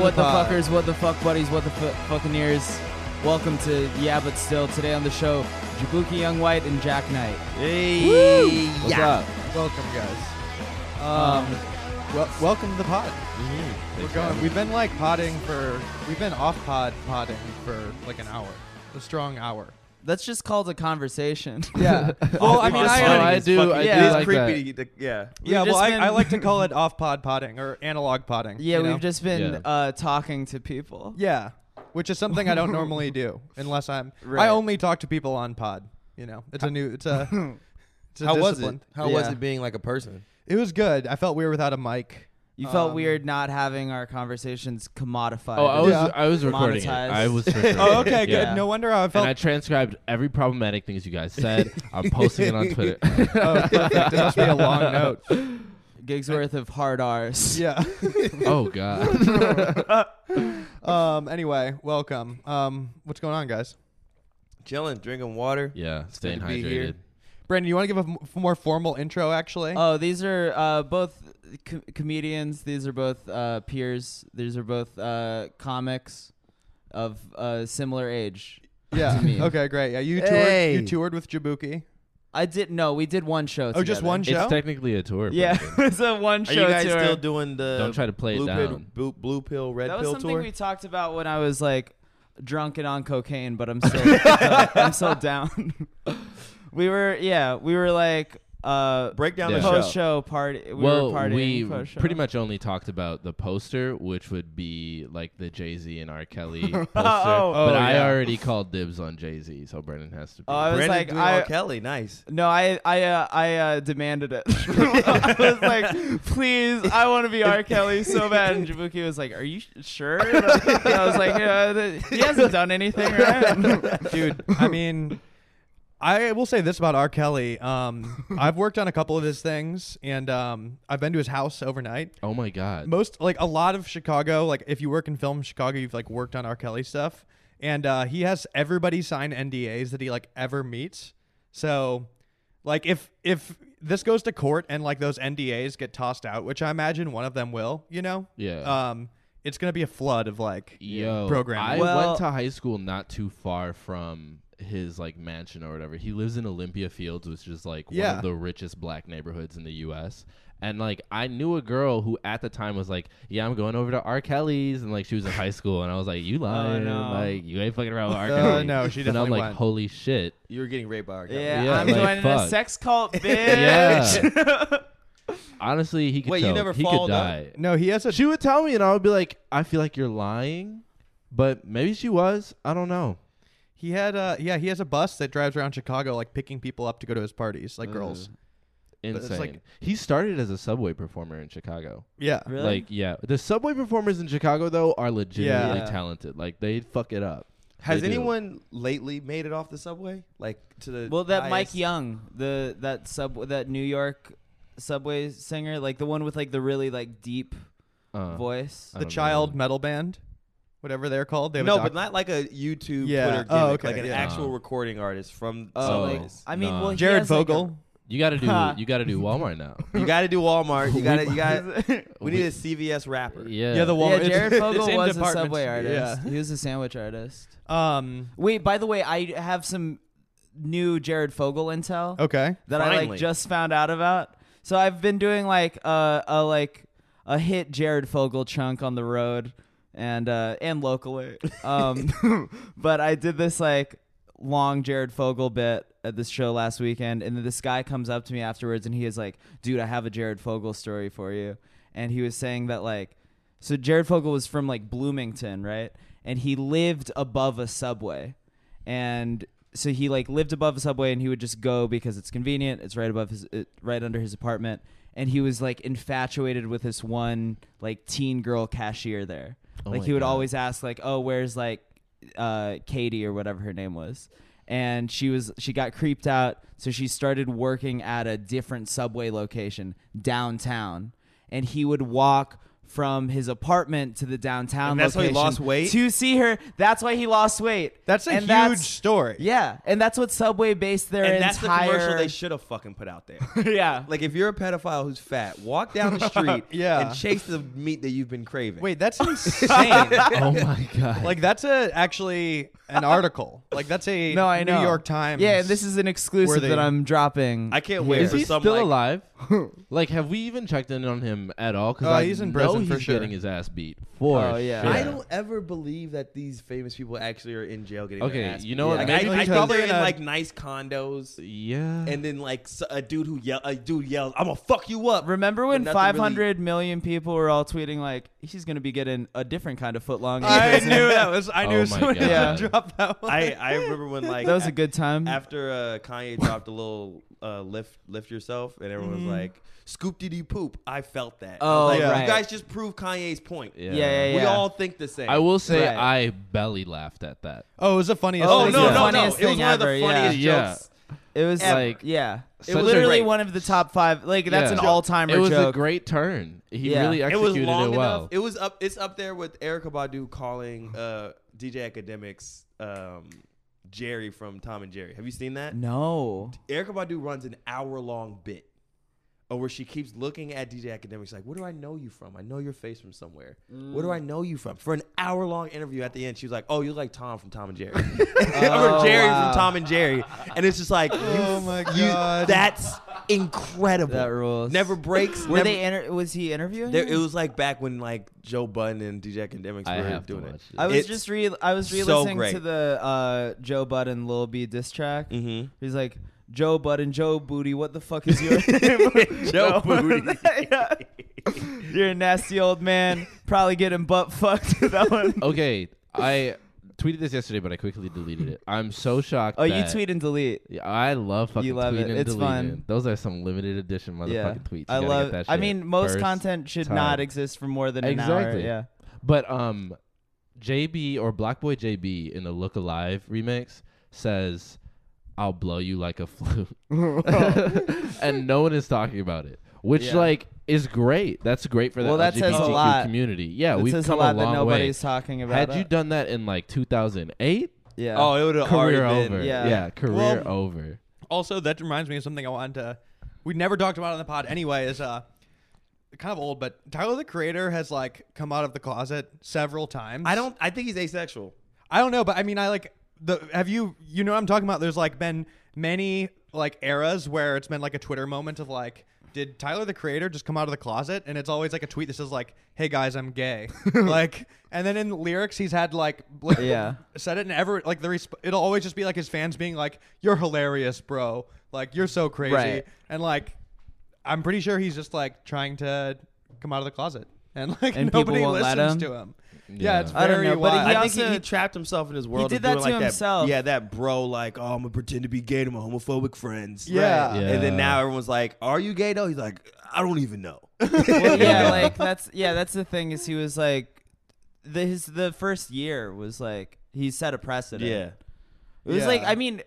what the pod. fuckers, what the fuck buddies, what the fu- fuckineers. Welcome to Yeah But Still. Today on the show, Jabuki Young White and Jack Knight. Hey, What's yeah. up? Welcome, guys. Um, wel- welcome to the pod. We're going. We've been like podding for. We've been off pod podding for like an hour, a strong hour. That's just called a conversation. Yeah. Well, I mean, I am- I is do- fucking- I it do is like creepy. to- yeah. yeah. We've Well, just I, I been- like to call it off pod podding or analog podding. yeah, you we've know? just been Yeah. uh, talking to people. Yeah, which is something I don't normally do unless I'm. Right. I only talk to people on pod. You know, it's a new. It's a. It's a How was it? discipline. How was Yeah. it being like a person? It was good. I felt we were without a mic. You felt Um, weird not having our conversations commodified. Oh, I was Yeah. I was recording it. Monetized. I was recording Oh, it. okay, Yeah. good. No wonder how I And felt. I transcribed every problematic things you guys said. I'm posting it on Twitter. oh, perfect. It must be a long note. Gigs worth of hard R's. Yeah. oh God. Um. Anyway, welcome. Um. What's going on, guys? Chilling, drinking water. Yeah, staying good to be here. hydrated. Brandon, you want to give a m- f- more formal intro? Actually. Oh, these are uh, both co- comedians. These are both uh, peers. These are both uh, comics of uh, similar age. yeah. to me. Okay. Great. Yeah. You toured. Hey. You toured with Jabuki. I did no, we did one show. Oh, just together. one show? It's technically a tour. Yeah, Brandon. it was a one Are show you guys tour. still doing the Don't try to play it blue Pill, down. blue, blue pill, red that was pill something tour? we talked about when I was like drunk and on cocaine, but I'm still uh, I'm still down. we were yeah, we were like uh Break down Yeah. the post show. show party. We well, were partying we post-show. pretty much only talked about the poster, which would be like the Jay Z and R. Kelly poster. but Oh, I yeah. already called dibs on Jay Z, so Brendan has to be. Oh, I was Brandon like, doing I- R. Kelly, nice. No, I I uh, I uh, demanded it. I was like, please, I want to be R. Kelly so bad. And Jabuki was like, are you sure? And I was like, uh, th- he hasn't done anything, right? dude. I mean, I will say this about R. Kelly. Um, I've worked on a couple of his things, and um, I've been to his house overnight. oh my God. Most like a lot of Chicago, like if you work in film in Chicago, you've like worked on R. Kelly stuff, and uh, he has everybody sign NDAs that he like ever meets. So, like if if this goes to court and like those NDAs get tossed out, which I imagine one of them will, you know, Yeah. um, it's gonna be a flood of like Yo, I programming. Well- went to high school not too far from his like mansion or whatever. He lives in Olympia Fields, which is like one Yeah. of the richest black neighborhoods in the U.S. And like I knew a girl who at the time was like, "Yeah, I'm going over to R. Kelly's," and like she was in high school, and I was like, Oh, "You lying? no. Like you ain't fucking around with R. Uh, Kelly?" no, she And I'm definitely like, went. "Holy shit!" You were getting raped by R. Kelly. Yeah, Yeah, I'm like, joining a fuck. sex cult, bitch. Yeah. Honestly, he could. Wait, you tell- never he could followed up? die. no, he has a She would tell me, and I would be like, "I feel like you're lying," but maybe she was. I don't know. He had uh yeah, he has a bus that drives around Chicago like picking people up to go to his parties, like girls. it's insane. like- he started as a subway performer in Chicago. Yeah. Really? Like, yeah, the subway performers in Chicago though are legitimately Yeah. talented. Like, they fuck it up. Has They do. anyone lately made it off the subway? Like to the well, that Mike highest- Young, the that sub that New York subway singer, like the one with like the really like deep Uh, voice. I The don't child know. metal band, whatever they're called. They have a No, doc- but not like a YouTube Yeah. Twitter gimmick, Oh, okay, like an yeah. actual recording artist from Oh, like, subways. I mean, Nah. well, he Jared has, like, a- Vogel. You gotta do. you gotta do Walmart now. you got to do Walmart. You got to you got. We need a CVS rapper. Yeah. yeah, the yeah, Walmart. Jared Fogle in was a departments. subway artist. Yeah. He was a sandwich artist. Um Wait, by the way, I have some new Jared Fogle Oh, intel okay. that I like Finally. just found out about. So I've been doing like a, a like a hit Jared Fogle chunk on the road and uh, and locally. Um, but I did this like long Jared Fogle bit at this show last weekend, and then this guy comes up to me afterwards, and he is like, "Dude, I have a Jared Fogle story for you." And he was saying that like, so Jared Fogle was from like Bloomington, right? And he lived above a subway and so he like lived above a subway and he would just go because it's convenient it's right above his it, right under his apartment and he was like infatuated with this one like teen girl cashier there Oh like my he would God. always ask like oh where's like uh katie or whatever her name was and she was she got creeped out so she started working at a different subway location downtown and he would walk from his apartment to the downtown. And that's how he location lost weight? to see her. That's why he lost weight. That's a And huge that's- story. Yeah, and that's what Subway based their and entire. that's the commercial they should have fucking put out there. yeah, like if you're a pedophile who's fat, walk down the street Yeah. and chase the meat that you've been craving. Wait, that's insane. oh my god. like that's a actually an article. Like that's a no, I know. New York Times. Yeah, and this is an exclusive Worthy. that I'm dropping. I can't wait is for he some still like, alive? like, have we even checked in on him at all? Because Uh, I he's in know prison he's for sure. getting his ass beat. For Oh, yeah. sure. I don't ever believe that these famous people actually are in jail getting Okay, their ass you beat. know what, Like, maybe I, I because- thought they're in Yeah. like nice condos, Yeah. and then like s- a dude who yell, a dude yells, "I'm gonna fuck you up." Remember when But nothing 500 really- million people were all tweeting like he's going to be getting a different kind of footlong? in I prison." knew that was. I knew Oh my someone would God. drop that one. I, I remember when like That was a good time. after uh, Kanye dropped a little uh, lift lift yourself, and everyone was like, "Scoop dee dee poop." I felt that. I was Oh, like, yeah. you right. guys just proved Kanye's point. Yeah. yeah, yeah, yeah. We all think the same. I will say Right. I belly laughed at that. Oh, it was the funniest. Oh thing no the no no! It funniest was thing one of ever, the funniest yeah. jokes. It was Ever. like, yeah, it Such a literally great- one of the top five. Like that's Yeah. an all-timer It was joke. a great turn. He Yeah. really It was executed it, long well. enough. It was up. It's up there with Erica Badu calling uh, DJ Academics um, Jerry from Tom and Jerry. Have you seen that? no, Erica Badu runs an hour long bit, uh, where she keeps looking at DJ Academics like, "Where do I know you from? I know your face from somewhere. Where do I know you from?" For an hour long interview, at the end, she was like, "Oh, you're like Tom from Tom and Jerry, Oh, or Jerry wow. from Tom and Jerry," and it's just like, Oh you, my you, God. that's incredible. that rules. Never breaks. Were never- they? Inter- was he interviewing? there, him? it was like back when like Joe Budden and DJ Academics I were have to doing watch it. this. I was It's just re. I was so re-listening to great. the uh, Joe Budden Lil B diss track. Mm-hmm. Mhm. He's like Joe Budden, Joe Booty. What the fuck is your Joe Booty. Yeah. You're a nasty old man. Probably getting butt fucked. that one. Okay, I tweeted this yesterday, but I quickly deleted it. I'm so shocked. Oh, you that- tweet and delete. Yeah, I love fucking You love tweeting it. and It's deleting. fun. Those are some limited edition motherfucking Yeah, tweets. You I gotta love. Get that I shit mean, most first. content should time. not exist for more than an hour. Exactly. Yeah. But um, JB or Black Boy JB in the Look Alive remix says, "I'll blow you like a flute," and no one is talking about it, which Yeah. like is great. That's great for the Well, that says a LGBTQ lot. community. Yeah, It we've says come a lot that long nobody's way. talking about. Had you it. done that in like 2008, yeah. Oh, it would have already career been. over. yeah. Yeah, career Well, over. Also, that reminds me of something I wanted to. We never talked about it on the pod anyway. Is uh, kind of old, but Tyler the Creator has like come out of the closet several times. I don't. I think he's asexual. I don't know, but I mean, I like the. Have you? You know, what I'm talking about. There's like been many like eras where it's been like a Twitter moment of like. Did Tyler the Creator just come out of the closet? And it's always like a tweet that says like, "Hey guys, I'm gay." like, and then in lyrics he's had like, bl- Yeah. said it and ever like the resp- it'll always just be like his fans being like, "You're hilarious, bro. Like you're so crazy." Right. And like, I'm pretty sure he's just like trying to come out of the closet, and like And people nobody won't listens let him? to him. Yeah, Yeah. it's very I don't know, but he wild. I think he, also- he trapped himself in his world. did of that doing, to like himself. That, yeah, that bro, like, oh, I'm gonna pretend to be gay to my homophobic friends. Yeah. Right. Yeah. And then now everyone's like, are you gay though? He's like, I don't even know. Well, yeah, Yeah. like that's yeah, that's the thing is he was like the his the first year was like he set a precedent. yeah. It was like Yeah. I mean,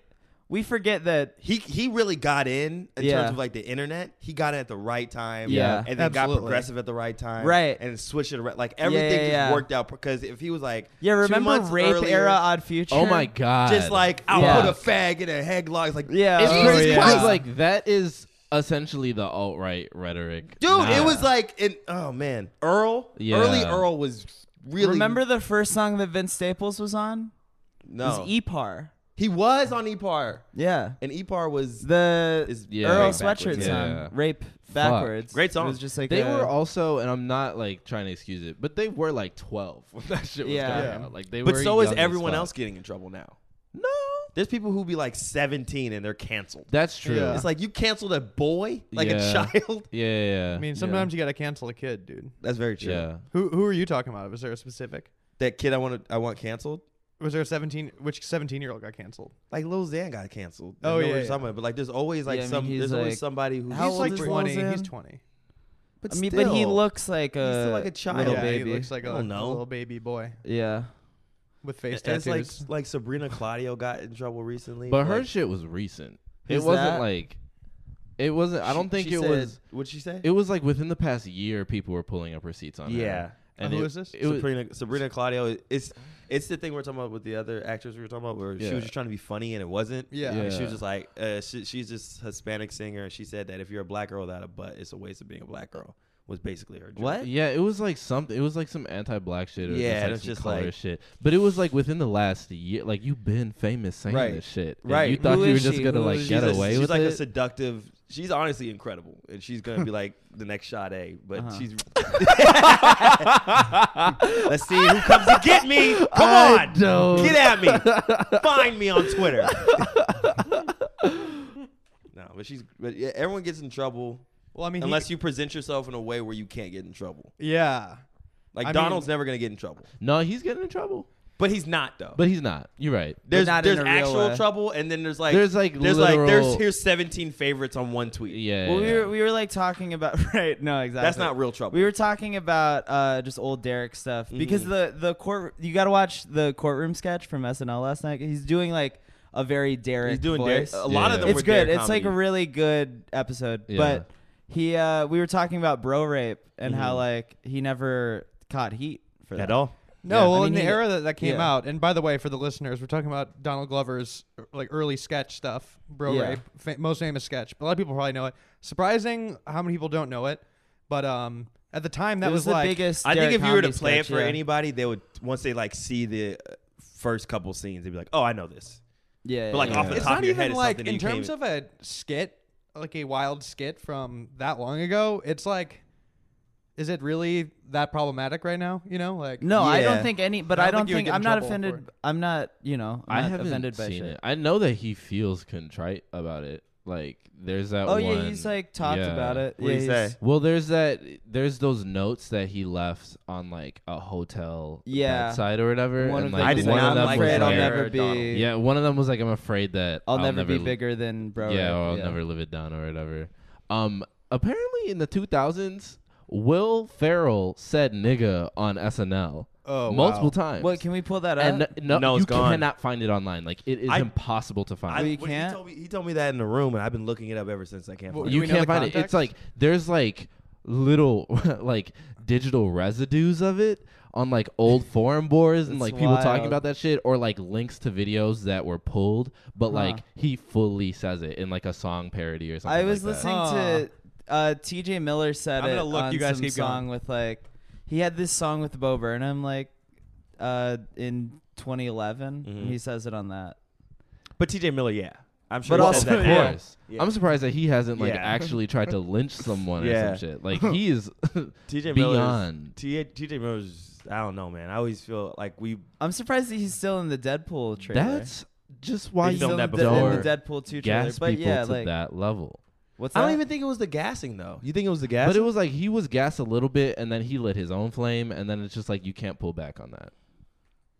we forget that He he really got in in Yeah. terms of like the internet. He got in at the right time. Yeah. And then got Absolutely. progressive at the right time. Right. And switched it around. Like everything yeah, just yeah. worked out because if he was like yeah, two remember months rape earlier, era odd future? Oh my god! just like I'll Yeah. put a fag in a headlock. It's like Yeah. It's Oh, crazy yeah. because like that is essentially the alt right rhetoric. Dude, now. it was like an oh man, Earl. Yeah. Early Earl was really Remember the first song that Vince Staples was on? It was E no. Epar. he was on E EPAR, Yeah. and E EPAR was The Is- Yeah. Earl Rape sweatshirt backwards, song, yeah. rape backwards. Great It song. was just like They a- were also, and I'm not like trying to excuse it, but they were like 12 when that shit was Yeah. coming Yeah. out. Like they but were. so is young as everyone fuck. else getting in trouble now. No, There's people who be like 17 and they're canceled. that's true. Yeah. Yeah, It's like you canceled a boy, like Yeah. a child. yeah, yeah. I mean, sometimes you gotta cancel a kid, dude. That's very true. yeah. Who who are you talking about? Was there a specific? That kid I want to, I want canceled. Was there a seventeen? Which seventeen year old got canceled? Like Lil Xan got canceled. Oh, I know yeah, we're yeah. talking about, but like there's always like Yeah, I mean, some, he's there's like- always somebody who. How he's old like is Lil twenty. He's Xan? twenty. But I mean, but he still. looks like a He's still like a child. little yeah, baby. he looks like a, I don't know. little baby boy yeah. with face And It's tattoos. like like Sabrina Claudio got in trouble recently. But for, her like, shit was recent. Who's it wasn't that? like It wasn't. I don't think she it said- was. What'd she say? It was like within the past year, people were pulling up receipts on her. Yeah. And Who it, is this? It was, Sabrina, Sabrina Claudio. It's it's the thing we're talking about with the other actors we were talking about, where she Yeah. was just trying to be funny and it wasn't. Yeah. And she Yeah. was just like, uh, she, she's this Hispanic singer, and she said that if you're a black girl without a butt, it's a waste of being a black girl. Was basically her. Joke. What? yeah, it was like something. It was like some anti-black shit or Yeah, it just like was some just color like- shit. But it was like within the last year. Like you've been famous saying Right. this shit. and Right. You thought Who you were is just she? gonna Who like is get she's a- away she's with like a it. seductive. She's honestly incredible, and she's gonna be like the next shot A. But Uh-huh. she's. Let's see who comes to get me. Come I on, don't- get at me. Find me on Twitter. no, but she's. But yeah, everyone gets in trouble Well, I mean, unless you present yourself in a way where you can't get in trouble. yeah, Like I Donald's never gonna get in trouble, no, he's getting in trouble. but he's not though. But he's not. You're right. there's not in there's a real actual way. trouble, and then there's like There's, like, there's like there's literal- here's 17 favorites on one tweet. Yeah. Well, we were we were like talking about right. No, exactly. That's not real trouble. We were talking about uh, just old Derek stuff because Mm-hmm. the the court you got to watch the courtroom sketch from SNL last night. He's doing like a very Derek. He's doing voice. Derek. A lot Yeah. of them. It's were good. Derek It's like a comedy. really good episode. Yeah. But he uh, we were talking about bro rape and how like he never caught heat for that Mm-hmm. at all. no. Yeah. well, I mean, in the he- era that that came yeah. out, and by the way, for the listeners, we're talking about Donald Glover's like early sketch stuff, bro Yeah. rape, fa- most famous sketch. A lot of people probably know it. Surprising how many people don't know it, but um, at the time that It was, the like biggest. I think Derek if you were to comedy play it sketch, for yeah. anybody, they would once they like see the uh, first couple scenes, they'd be like, "Oh, I know this." yeah, but, like, yeah. off the it's top not of your even head is like something that in you can't terms even- of a skit, like a wild skit from that long ago. It's like, is it really that problematic right now? You know, like No, I Yeah. don't think any. But I I don't, don't think you would think, get in I'm not trouble for offended. it. I'm not. You know, I'm I not haven't offended by seen shit. it. I know that he feels contrite about it. Like there's that. Oh yeah, one- he's like talked Yeah. about it. What'd yeah, he he's- say? Well, there's that. There's those notes that he left on like a hotel Yeah. bedside or whatever. One and, of like, them I did was one not of them like was afraid that. I'll like- never be. Donald. Yeah, one of them was like, "I'm afraid that I'll, never, be l- bigger than bro. yeah, Rape, or I'll never live it down or whatever. Um, apparently in the 2000s, Will Ferrell said "nigga" on SNL Oh, multiple wow. times. What can we pull that up? and n- no, No, you it's gone. cannot find it online. Like it is I- impossible to I, find. We when can't? He told, me, he told me that in the room, and I've been looking it up ever since. I can't. Well, find do you we know can't the find it. It's context? like there's like little like digital residues of it on like old forum boards and That's like people talking wild. about that shit or like links to videos that were pulled, but like he fully says it in like a song parody or something. I was like that. listening Huh. to uh, T.J. Miller said I'm it gonna look, on you guys some keep going. song with like he had this song with Bo Burnham like uh, in 2011. Mhm. He says it on that. But TJ Miller, yeah, I'm sure. But he also- said of that. Yeah. course. Yeah. I'm surprised that he hasn't like Yeah. actually tried to lynch someone Yeah. or some shit. Like he is TJ Miller. beyond. TJ Miller's. I don't know, man. I always feel like we. I'm surprised that he's still in the Deadpool trailer. That's just why They he's you still in filmed the, that don't Dead- in the before. Deadpool 2 trailer. gas But people yeah, to like that level. what's that? I don't even think it was the gassing though. You think it was the gassing? But it was like he was gassed a little bit, and then he lit his own flame, and then it's just like you can't pull back on that.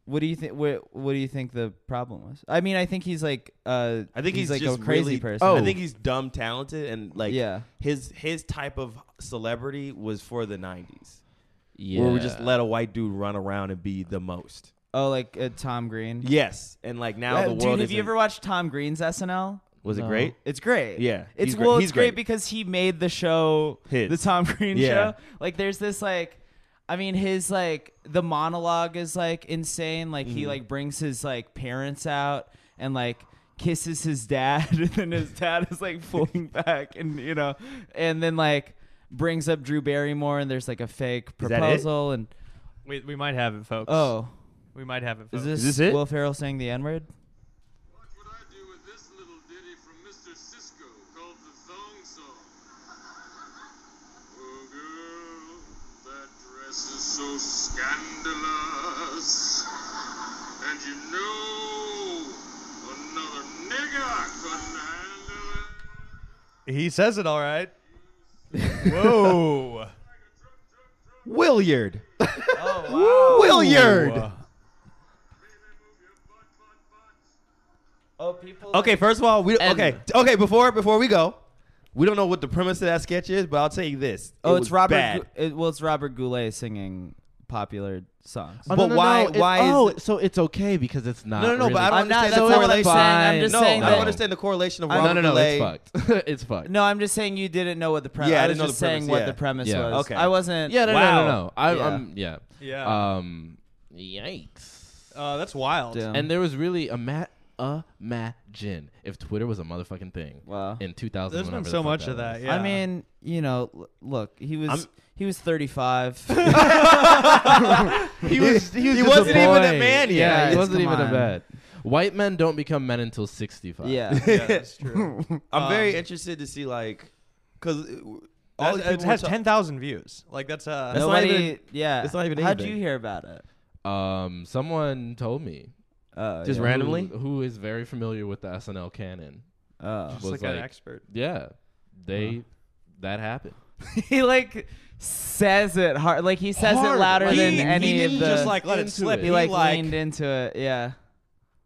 What do you think? What, what do you think the problem was? I mean, I think he's like, uh, I think he's, like just a crazy really- person. I Oh. think he's dumb talented and like yeah, his his type of celebrity was for the '90s, Yeah, where we just let a white dude run around and be the most. oh, like uh, Tom Green. Yes, and like now Uh, the world. dude, have you isn't- ever watched Tom Green's SNL? Was it No. great? It's great. Yeah, It's he's great- well, he's it's great, great. because he made the show His. the Tom Green Yeah. show. Like there's this like I mean his like the monologue is like insane. Like Mm-hmm. he like brings his like parents out and like kisses his dad and then his dad is like pulling back and you know and then like brings up Drew Barrymore and there's like a fake Is that it? proposal and we, we might have it, folks. oh we might have it. is Folks. this, this it? Will Ferrell saying the N word? What would I do with this little ditty from Mr. Cisco called the Thong Song? Oh, girl, that dress is so scandalous. And you know, another nigga couldn't handle it. He says it all right. Whoa. Williard. Oh Williard. Baby, move your butt, butt, butt. wow. Oh people Okay, first of all, we And- okay okay before before we go, we don't know what the premise of that sketch is, but I'll tell you this. Oh, It it's was Robert. bad. Gu- it, well, it's Robert Goulet singing popular songs. But why- why is oh, it- so it's okay because it's not. No, no, no, really- but I don't I'm not- understand that's the not what I'm correlation. saying. I'm just no, saying I don't that- understand the correlation of I'm- Robert no, no, no, Blake. It's fucked. it's fucked. No, I'm just saying you didn't know what the premise. Yeah, I I, was didn't know just the saying premise, what yeah. the premise Yeah. was. Okay. I wasn't. Yeah, no, Wow. no, no, no. I, Yeah. I'm yeah. Yeah. Oh. Um, yikes. Uh, that's wild. Damn. and there was really a ma Imagine if Twitter was a motherfucking thing Wow. in 2000. There's been whenever the so fuck much of was. that. I yeah. mean, you know, l- look, he was I'm- he was 35. He was. He, was He just wasn't even a boy. man yet. Yeah, he Yes, wasn't come even a on. man. White men don't become men until 65. yeah. yeah, that's true. I'm Um, very interested to see like, cause it- all That's- these it people has were ta- ten thousand views. Like that's uh, That's- not Nobody. even- yeah. that's not even How'd you anything. hear about it? Um, someone told me Oh, Uh, Just yeah. randomly? who- who is very familiar with the SNL canon. Oh. just was like, an like- expert. Yeah, they that happened. he like says it hard. Like he says it Hard. louder He- than he any didn't of the. just like let it into slip. it. he He like, like leaned into it. Yeah.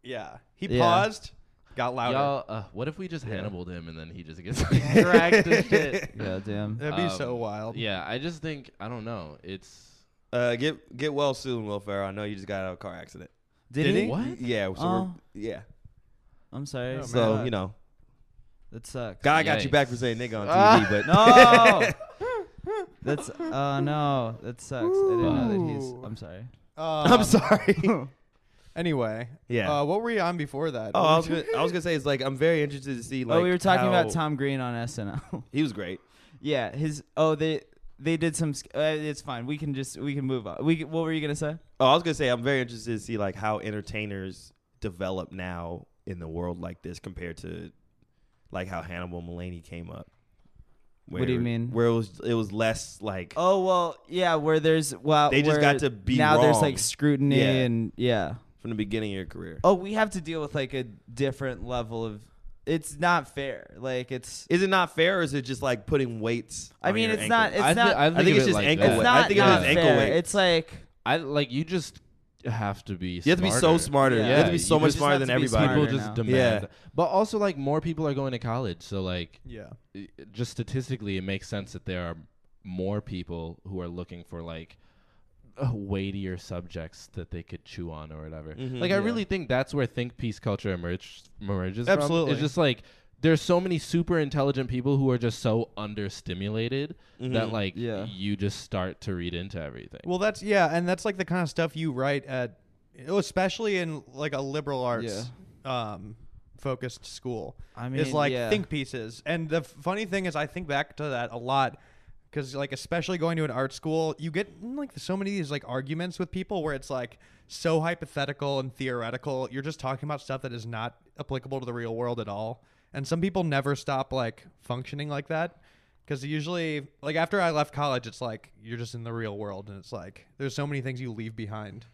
yeah. He Yeah. paused, got louder. Y'all, uh, what if we just Hannibaled him and then he just gets dragged to shit? Yeah. Damn. That'd be Um, so wild. Yeah, I just think I don't know. It's Uh, get get well soon, Will Ferrell. I know you just got out of a car accident. Did, Did he? he? what? Yeah, so Oh. we're, yeah. I'm sorry. Oh, So man. you know, That sucks. God got you back Yikes. for saying nigga on TV, but No. That's oh no, that sucks. I didn't know that he's. Ooh. I'm sorry. Um, I'm sorry. Anyway. Yeah. Uh, what were you on before that? oh, What I were was you- gonna, I was gonna say it's like I'm very interested to see like. oh, we were talking about how- Tom Green on SNL. He was great. yeah, his. Oh, they they did some. sk- Uh, it's fine. We can just we can move on. We c- what were you gonna say? Oh, I was gonna say I'm very interested to see like how entertainers develop now in the world like this compared to like how Hannibal Mulaney came up. What do you Where- mean? Where it was it was less like Oh well, yeah. Where there's well, They where just got to be now. There's wrong. like scrutiny Yeah. and yeah. from the beginning of your career. Oh, we have to deal with like a different level of. It's not fair. Like it's. Is it not fair, or is it just like putting weights? I on mean, your it's not. ankle? It's I, thi- not. I think, think of it's it just like ankle that. it's weight. not I think it not is ankle fair. weight. It's like I like you just have to be. you have to be so smarter. Yeah. You have to be Yeah, so you much just smarter have than to be everybody. People smarter just now. demand, but also like more people are going to college, so like Yeah. i- just statistically, it makes sense that there are more people who are looking for like uh, weightier subjects that they could chew on or whatever. Mm-hmm. like, I really think that's where think piece culture emerged, emerges. from. Absolutely. it's just like there's so many super intelligent people who are just so understimulated Mm-hmm. that like Yeah. you just start to read into everything. Well, that's yeah, and that's like the kind of stuff you write at, oh, especially in like a liberal arts um, focused school. I is mean, like yeah. think pieces. And the funny thing is, I think back to that a lot because like especially going to an art school, you get in, like so many of these like arguments with people where it's like so hypothetical and theoretical. You're just talking about stuff that is not applicable to the real world at all. And some people never stop like functioning like that. Because usually, like after I left college, it's like you're just in the real world, and it's like there's so many things you leave behind.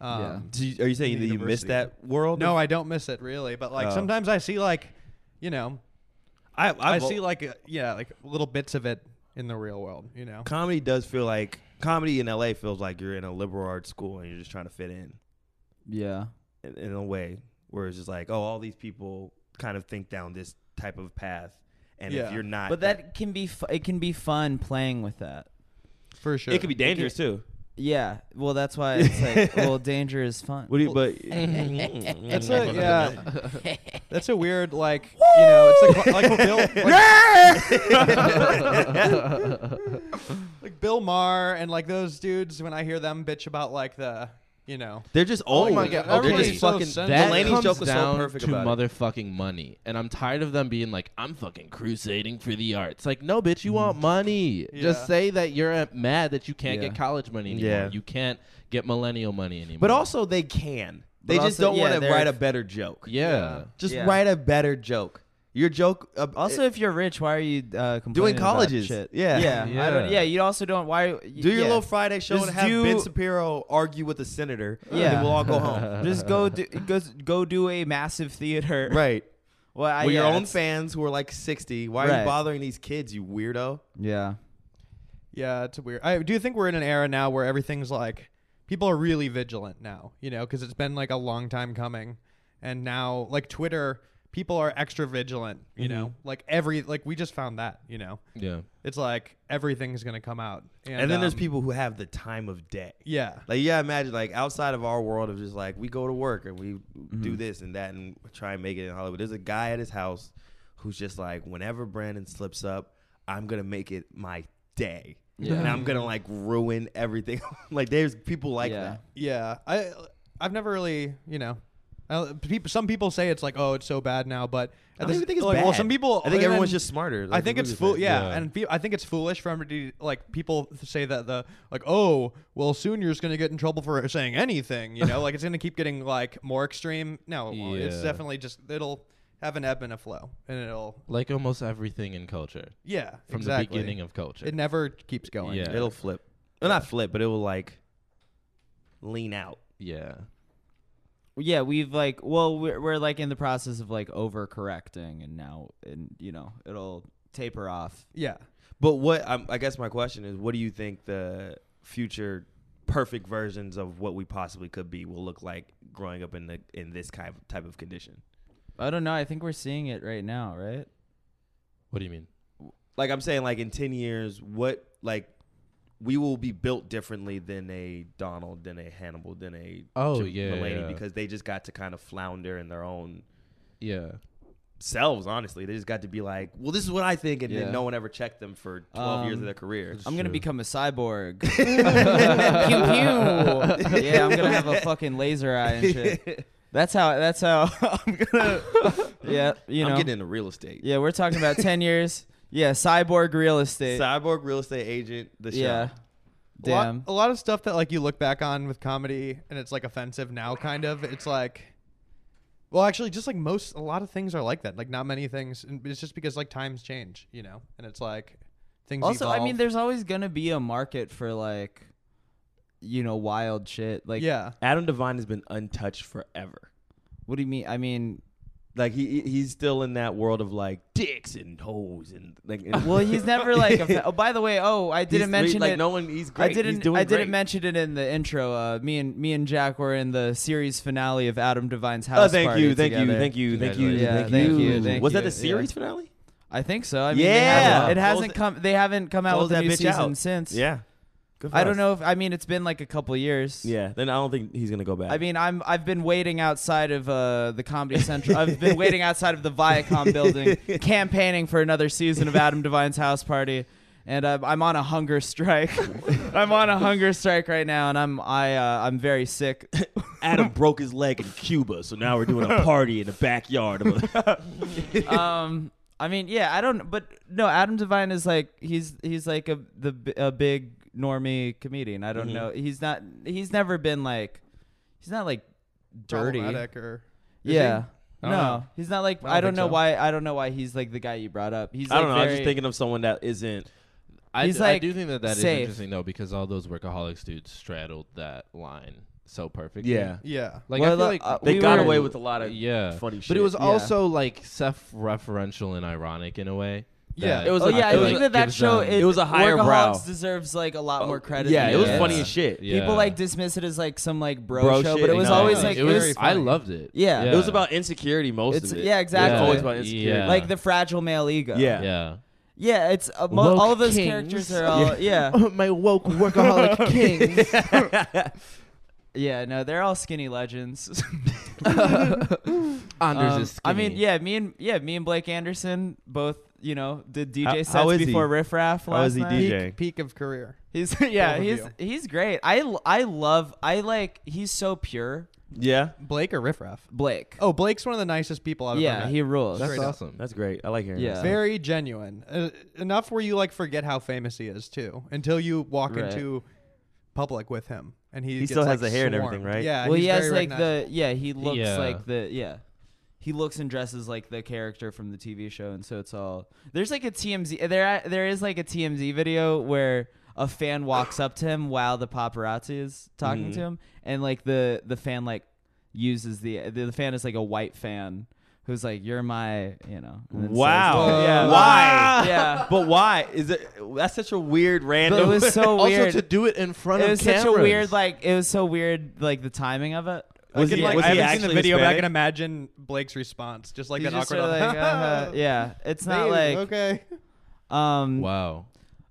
Um, Yeah. Do you- are you saying The that you missed university. that world? No, I don't miss it really, but like Oh. sometimes I see like, you know, I I, I've al- see like uh, yeah, like little bits of it in the real world, you know. comedy does feel like comedy in LA feels like you're in a liberal arts school and you're just trying to fit in yeah. in, in a way where it's just like, oh, all these people kind of think down this type of path, and Yeah. if you're not, But that can be. Fu- it can be fun playing with that. For sure. it could be dangerous too. Yeah. Well, that's why it's like, well, danger is fun. What do you? But That's a yeah. That's a weird like you know it's like like Bill like, like Bill Maher and like those dudes when I hear them bitch about like the you know they're just old. my God, They're everybody's just so fucking. sensitive. That Delaney's comes joke was so down perfect to about it. motherfucking money, and I'm tired of them being like, "I'm fucking crusading for the arts." Like, no, bitch, you want money. Yeah. Just say that you're uh, mad that you can't Yeah. get college money anymore. Yeah. You can't get millennial money anymore. But also, they can. They But just also- don't yeah, want to they're- write a better joke. yeah, Just Yeah. write a better joke. Your joke. Uh, Also, if you're rich, why are you uh, complaining about colleges. shit? Yeah. yeah, I don't, Yeah. yeah. You also don't. Why y- do your yeah. little Friday show Just and have do- Ben Shapiro argue with the senator. Yeah. and then we'll all go home. Just go do go, go do a massive theater. right. Well, I, With yeah, your own it's- fans who are like sixty. Why are Right. you bothering these kids, you weirdo? Yeah. Yeah, it's weird. I do think we're in an era now where everything's like people are really vigilant now, you know, because it's been like a long time coming, and now like Twitter, people are extra vigilant, you know? Mm-hmm. Like every like we just found that, you know. Yeah. It's like everything's going to come out. And, And then there's um, people who have the time of day. Yeah. Like yeah, imagine like outside of our world of just like we go to work and we Mm-hmm. do this and that and try and make it in Hollywood. There's a guy at his house who's just like, whenever Brandon slips up, I'm gonna make it my day. And I'm gonna like ruin everything. like there's people like Yeah. that. Yeah, I I've never really you know. I, people, some people say it's like, oh, it's so bad now, but I don't even think it's like, bad. Well, some people. I think and everyone's then- just smarter. I Like, think the it's movie fool. said. Yeah, Yeah. and pe- I think it's foolish for everybody. to- Like people say that the like, oh, well, soon you're just gonna get in trouble for saying anything. You know, like it's gonna keep getting like more extreme. No, it won't. it's Yeah. definitely just it'll have an ebb and a flow, and it'll Like almost everything in culture yeah from exactly. the beginning of culture. It never keeps going. Yeah. It'll flip. Well, not flip, but it will like lean out. yeah. yeah, we've like well we're, we're like in the process of like overcorrecting and now and you know it'll taper off. yeah. But what um, I guess my question is, what do you think the future perfect versions of what we possibly could be will look like growing up in the in this kind of type of condition? I don't know. I think we're seeing it right now, right? What do you mean? Like I'm saying, like in ten years, what like we will be built differently than a Donald, than a Hannibal, than a Oh, Jim yeah, Mulaney yeah. because they just got to kind of flounder in their own Yeah. selves. Honestly, they just got to be like, well, this is what I think, and Yeah. then no one ever checked them for 12 years of Um, their career. I'm gonna Sure. become a cyborg. pew pew. Yeah, I'm gonna have a fucking laser eye and shit. That's how. That's how. I'm gonna. Yeah, you know. I'm getting into real estate. yeah, we're talking about ten years. Yeah, cyborg real estate. Cyborg real estate agent. The show. yeah. A lot- Damn. A lot, of stuff that like you look back on with comedy and it's like offensive now kind of. It's like well, actually just like most a lot of things are like that. Like not many things and it's just because like times change, you know. And it's like things Also, I mean, evolve. there's always gonna be a market for like, you know, wild shit. Like, Yeah. Adam Devine has been untouched forever. What do you mean? I mean, Like he he- he's still in that world of like dicks and hoes and like. and- well, he's never like. A fa- oh, by the way, oh, I didn't He's- mention like it. no one. He's I great. didn't. He's doing I didn't great. mention it in the intro. Uh, me and me and Jack were in the series finale of Adam Devine's house. Oh, thank party you, thank you, together. thank you, thank you, Congratulations. Yeah, thank you, thank you, thank Was that you, the series yeah. finale? I think so. I mean, Yeah. yeah, Wow. it hasn't Close come. They haven't come out Close with a that new bitch season out. since. Yeah. Good for I don't us. know if I mean it's been like a couple years. Yeah. Then I don't think he's gonna go back. I mean, I'm I've been waiting outside of uh, the Comedy Central. I've been waiting outside of the Viacom building, campaigning for another season of Adam Devine's House Party, and uh, I'm on a hunger strike. I'm on a hunger strike right now, and I'm I uh, I'm very sick. Adam broke his leg in Cuba, so now we're doing a party in the backyard. Of a, um, I mean, yeah, I don't. But no, Adam Devine is like he's he's like a the b- a big normie comedian. I don't Mm-hmm. know. He's not. He's never been like. He's not like dirty. Problematic or is he? Yeah. I No, don't know. he's not like I don't, I don't think know so. why I don't know why he's like the guy you brought up. He's I don't know. like I was just very- thinking of someone that isn't. I, He's, d- I like, do think that that is safe. interesting though because all those workaholics dudes straddled that line so perfectly. Yeah. Yeah. Like I Well, feel uh, like uh, They We got were- away with a lot of yeah, funny shit. but it was Yeah. also like self-referential and ironic in a way. Yeah. that It was Oh like- yeah, I it was think that that gives show them- it, It was a higher brow. Oh, Workaholics deserves like a lot more credit. Yeah, than it was gets. funny as shit. Yeah. People like dismiss it as like some like bro, Bro show, shit, but it was no. always Yeah. like it was. very I funny. loved it. Yeah. It was about insecurity most It's- of it. yeah, exactly. It's always about Yeah. insecurity. Yeah. like the fragile male ego. Yeah. yeah. yeah. It's uh, mo- Woke all of those kings. characters are all yeah. my woke workaholic kings. Yeah, no, they're all skinny legends. Anders Um, is I mean, skinny. yeah, me and yeah, me and Blake Anderson both, you know, did DJ How- sets how is he? before Riff Raff last How is he night. DJ? Peak, peak of career. He's yeah, Both of he's you. he's great. I l- I love I like he's so pure, Yeah. Blake or riffraff? Blake. Oh, Blake's one of the nicest people I've ever yeah, met. he rules. That's Straight up. awesome. That's great. I like hearing Yeah. that. stuff. very genuine uh, enough where you like forget how famous he is too until you walk Right. into public with him and he, He gets, still has like, the hair and everything, swarmed. right? yeah well, he's he has very like the yeah, he looks Yeah. like the yeah. He looks and dresses like the character from the TV show and so it's all There's like a TMZ there there is like a TMZ video where a fan walks up to him while the paparazzi is talking Mm-hmm. to him and like the the fan like uses the the, the fan is like a white fan who's like you're my, you know. and then says- Wow. yeah. Why? Yeah. But why is it? That's such a weird But it random. was so also weird. to do it in front it of was cameras. such a weird like it was so weird like the timing of it Was I, can, he- like, was I he haven't seen the actually video, but I Hispanic? can imagine Blake's response, just like He's that just awkward. sort of like, uh-huh. yeah, it's not like okay. um Wow.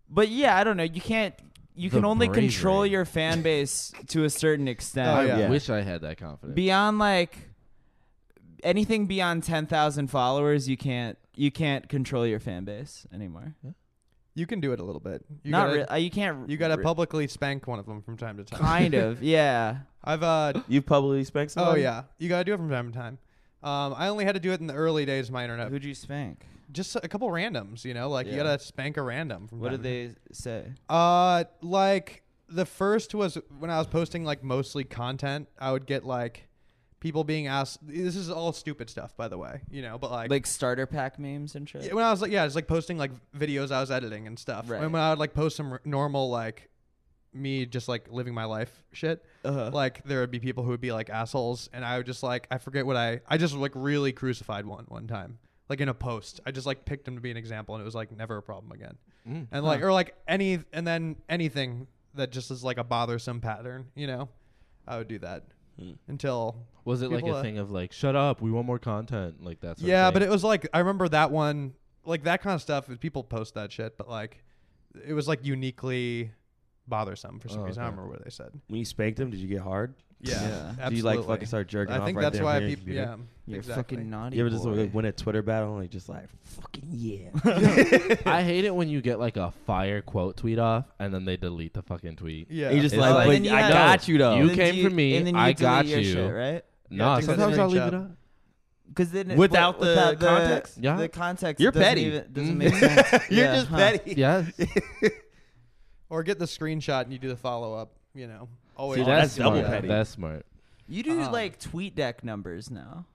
But yeah, I don't know. You can't. You The can only control bravery. your fan base to a certain extent. Oh, I yeah. wish I had that confidence. Beyond like anything beyond ten thousand followers, you can't. You can't control your fan base anymore. You can do it a little bit. You Not gotta, really. You can't. You gotta re- publicly spank one of them from time to time. Kind of. Yeah. I've uh You've publicly spanked oh somebody? yeah, you gotta do it from time to time. Um, I only had to do it in the early days of my internet. Who'd you spank? Just a couple randoms, you know, like you Yeah. gotta spank a random. From What time did to they say? Uh, like the first was when I was posting like mostly content. I would get like people being asked. This is all stupid stuff, by the way. You know, but like. Like starter pack memes and shit. yeah, when I was like, yeah, it's like posting like videos I was editing and stuff. Right. And when I would like post some r- normal like me just like living my life shit, Uh-huh. like there would be people who would be like assholes, and I would just like I forget what I I just like really crucified one one time like in a post. I just like picked him to be an example, and it was like never a problem again. Mm. And like or like any and then anything that just is like a bothersome pattern, you know, I would do that Hmm. until Was it like People, a uh, thing of like, shut up, we want more content, like that? Sort yeah, of but thing? it was like I remember that one, like that kind of stuff. is People post that shit, but like it was like uniquely bothersome for some Oh, reason. I okay. don't remember what they said. When you spanked him, did you get hard? Yeah, absolutely. Do you like fucking start jerking I off think right that's there why on your people. computer? Yeah, You're exactly. fucking naughty. You ever just boy. like, win a Twitter battle and like just like fucking yeah? I hate it when you get like a fire quote tweet off and then they delete the fucking tweet. Yeah, And you just It's like, like- but And then you I had- got you though. You Then came do for me, And then you I got delete your you. Shit, right? Yeah, nah, I think that's sometimes the I'll leave link it up. up. Because then it- Without the without the context? Yeah. the context You're doesn't petty. Mm-hmm. even- doesn't Mm. make sense. You're Yeah, just huh. petty. Yes. or get the screenshot and you do the follow up. You know, always. See, Oh, that's, that's double smart. petty. That's smart. You do Um, like tweet deck numbers now.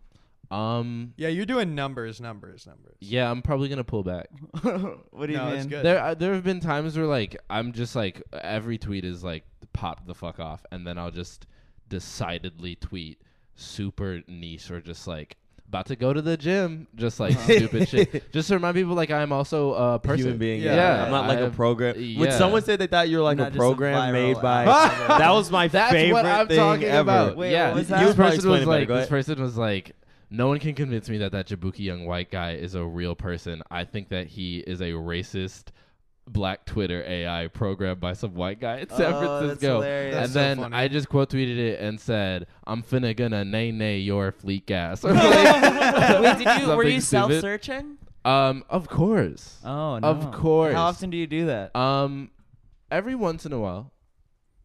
Um, yeah, you're doing numbers, numbers, numbers. yeah, I'm probably gonna pull back. what do you no, mean? it's good. There, uh, there have been times where like I'm just like every tweet is like pop the fuck off, and then I'll just decidedly tweet super niche or just like about to go to the gym, just like stupid shit, just to remind people like I'm also a person. Uh-huh. Human being, Yeah. yeah. Yeah, I'm not like I a have- program. When yeah. someone said they thought you were like Not a just a program viral made by, algorithm. that was my That's favorite what I'm thing talking ever. about. Wait, yeah, what was this that? You were probably person was explaining better. like, Go this ahead. person was like, no one can convince me that that Jabuki young white guy is a real person. I think that he is a racist. Black Twitter AI programmed by some white guy in San Oh, that's Francisco, hilarious. That's and so then funny. I just quote tweeted it and said, "I'm finna gonna nay nay your fleet gas." Or like- Wait, did you, were something you stupid. self searching? Um, of course. Oh no. Of course. How often do you do that? Uh, Um, every once in a while.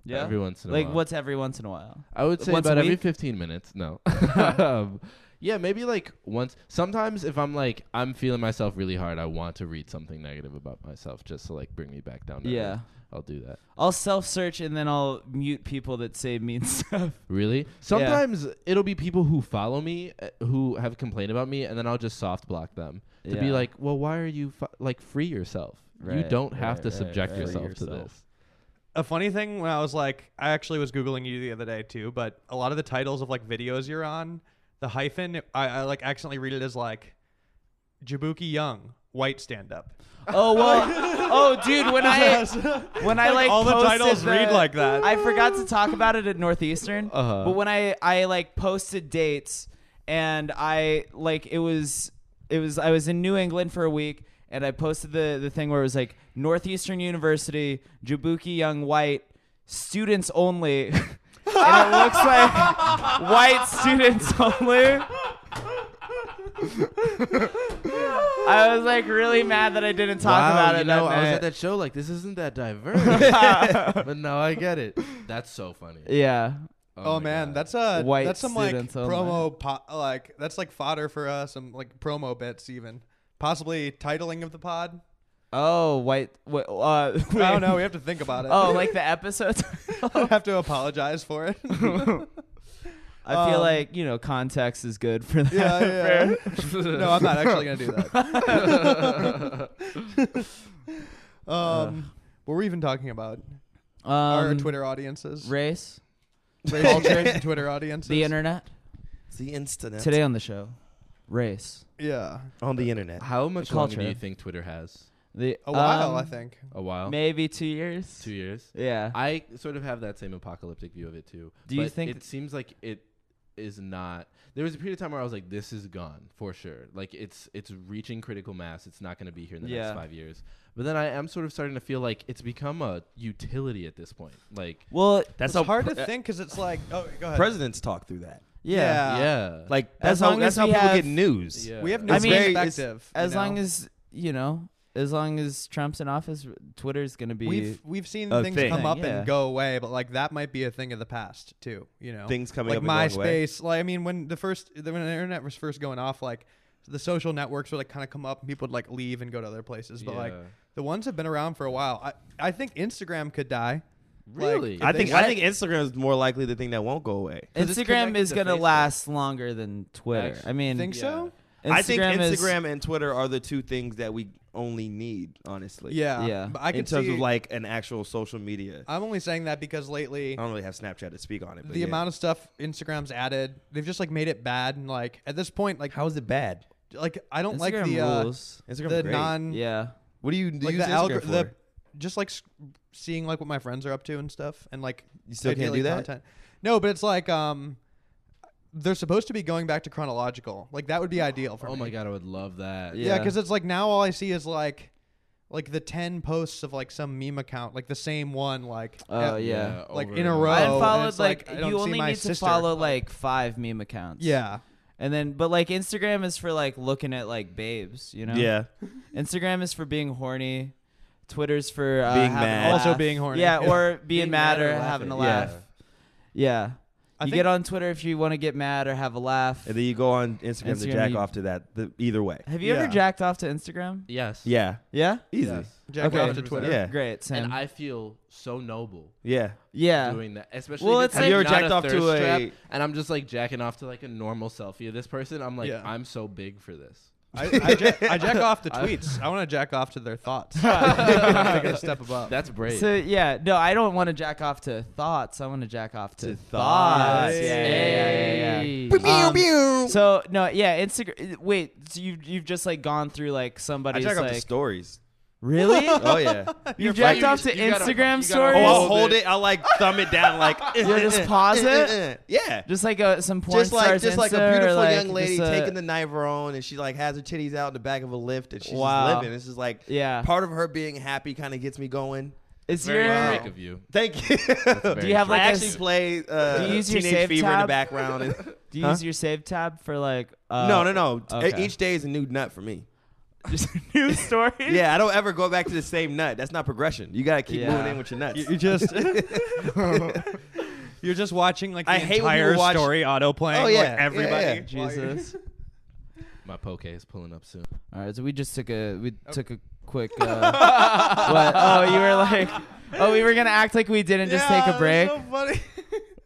Every once in a like while. what's every once in a while? I would say Once a about every week? 15 minutes. No. um, yeah, maybe like once. Sometimes if I'm like I'm feeling myself really hard, I want to read something negative about myself just to like bring me back down. to earth. Yeah. I'll do that. I'll self search and then I'll mute people that say mean stuff. Really? Sometimes it'll be people who follow me uh, who have complained about me, and then I'll just soft block them to be Yeah. like, "Well, why are you fi- like free yourself? you Right, don't have right, to right, subject right. yourself, Free to yourself. this." a funny thing when I was like, I actually was googling you the other day too, but a lot of the titles of like videos you're on, the hyphen, I, I like accidentally read it as like Jabuki Young white stand up. Oh well. oh, dude, when I when I Like, like all the posted titles read like that. Uh-huh. I forgot to talk about it at Northeastern, but when I I like posted dates and I like it was it was I was in New England for a week and I posted the the thing where it was like Northeastern University Jabuki Young White students only. and it looks like white students only. I was like really mad that I didn't talk about it. you know, that I was night. at that show like, this isn't that diverse, but now I get it. That's so funny. Yeah. Oh, my man, God. that's a White that's some like students promo po- like that's like fodder for uh, some like promo bits even possibly titling of the pod. Oh, white. Wait, uh, I don't know. We have to think about it. Oh, like the episodes. I have to apologize for it. I feel Um, like you know context is good for that. yeah, yeah. no, I'm not actually gonna do that. um, what were we even talking about? Um, Our Twitter audiences, race, race cultures, and Twitter audiences. the internet. It's the internet. Today on the show, race. yeah, on the internet. How much longer do culture. you think Twitter has? The a while um, I think. A while? Maybe two years. Two years? Yeah. I sort of have that same apocalyptic view of it too. Do you but think it th- seems like it is not. There was a period of time where I was like, this is gone for sure. Like it's it's reaching critical mass. It's not going to be here in the Yeah. next five years. But then I am sort of starting to feel like it's become a utility at this point. Like Well, That's It's how hard pre- to think because it's like, oh, go ahead. presidents talk through that. yeah. yeah, Like As that's how long that's as how we people have- get news. yeah. we have no I mean, it's- perspective. you As long know? as you know, as long as Trump's in office, Twitter's gonna be. we've we've seen a things thing. come up Yeah. and go away, but like that might be a thing of the past too. You know, Things coming like up and going away. MySpace. Like I mean, when the first the- when the internet was first going off, like the social networks would like kind of come up and people would like leave and go to other places. But like Yeah. the ones have been around for a while. I I think Instagram could die. Like, Really? if I I they think let- I think Instagram is more likely the thing that won't go away. 'cause it's Instagram is connected to gonna Facebook. last longer than Twitter. Actu- I mean, think so. I think is- Instagram and Twitter are the two things that we only need, honestly. Yeah, Yeah. But I can in terms see, of like an actual social media. I I'm only saying that because lately don't really have Snapchat to speak on it. But the Oh, yeah. amount of stuff Instagram's added, they've just like made it bad. And like at this point, like how is it bad? like I don't like Instagram the uh, Mm. rules. Instagram the great. non Yeah. What do you do like you the use Instagram algor- the for? just like sc- seeing like what my friends are up to and stuff and like You still can't ideally do that? content. no but it's like um they're supposed to be going back to chronological like that would be ideal for Oh me my god, I would love that. Yeah. yeah because it's like now all i see is like like the 10 posts of like some meme account like the same one like Oh, ev- yeah. like over in a and over. row I and followed it's like, like, I don't you see only my need to sister. follow like five meme accounts. yeah And then, but like Instagram is for like looking at like babes, you know. Yeah. Instagram is for being horny. Twitter's for uh, Being having a mad. Also laugh. being horny. Yeah, Yeah. or being, Being mad, mad or or having a laughing. Yeah. laugh. Yeah. I you think- get on Twitter if you want to get mad or have a laugh. And then you go on Instagram, to Instagram, jack you- off to that. The, either way. Have you Yeah. ever jacked off to Instagram? Yes. Yeah. Yeah. Easy. Yes. jack Okay. off to twitter Yeah. Great, Sam. And I feel so noble Yeah. yeah. doing that, especially. Well, if it's it's like- like Have you not ever jacked a off to thirst a- trap, and I'm just like jacking off to like a normal selfie of this person. I'm like, Yeah. I'm so big for this. I, I, jack, I jack off the tweets i want to jack off to their thoughts i'm taking a step above That's brave. So yeah, no, I don't want to jack off to thoughts. I want to jack off to, To thoughts. thoughts. Yeah, yeah, yeah, yeah, yeah. Um, So no, yeah, Instagram. Wait, so you you've just like gone through like I somebody's jack off like to stories. really? Oh yeah. you jacked you off just- to you gotta- Instagram you gotta stories? Oh, I'll Hold hold it. it. I'll like thumb it down, like just pause it? Yeah, just like a, some porn just like stars just like Insta a or, beautiful like, young lady just a- taking the night of her own, and she like has her titties out in the back of a lift, and she's Wow. just living. It's just like Yeah. part of her being happy kind of gets me going. Is very your brave of you. Thank you. Do you have, I like, a actually s- play uh, Do you use your Teenage save Fever in tab? the background. And, Oh, do you Huh? use your save tab for like uh, no, no, no. E-, okay. Each day is a new nut for me. just new stories? Yeah, I don't ever go back to the same nut. That's not progression. You gotta keep Yeah. moving in with your nuts. You, you just you're just watching like the I hate when people entire watch- story auto playing. Oh, like yeah, everybody. yeah, yeah. Jesus. My poke is pulling up soon. All right, so we just took a we took a quick. Uh, what? Oh, you were like, oh, we were gonna act like we didn't just take a break. funny.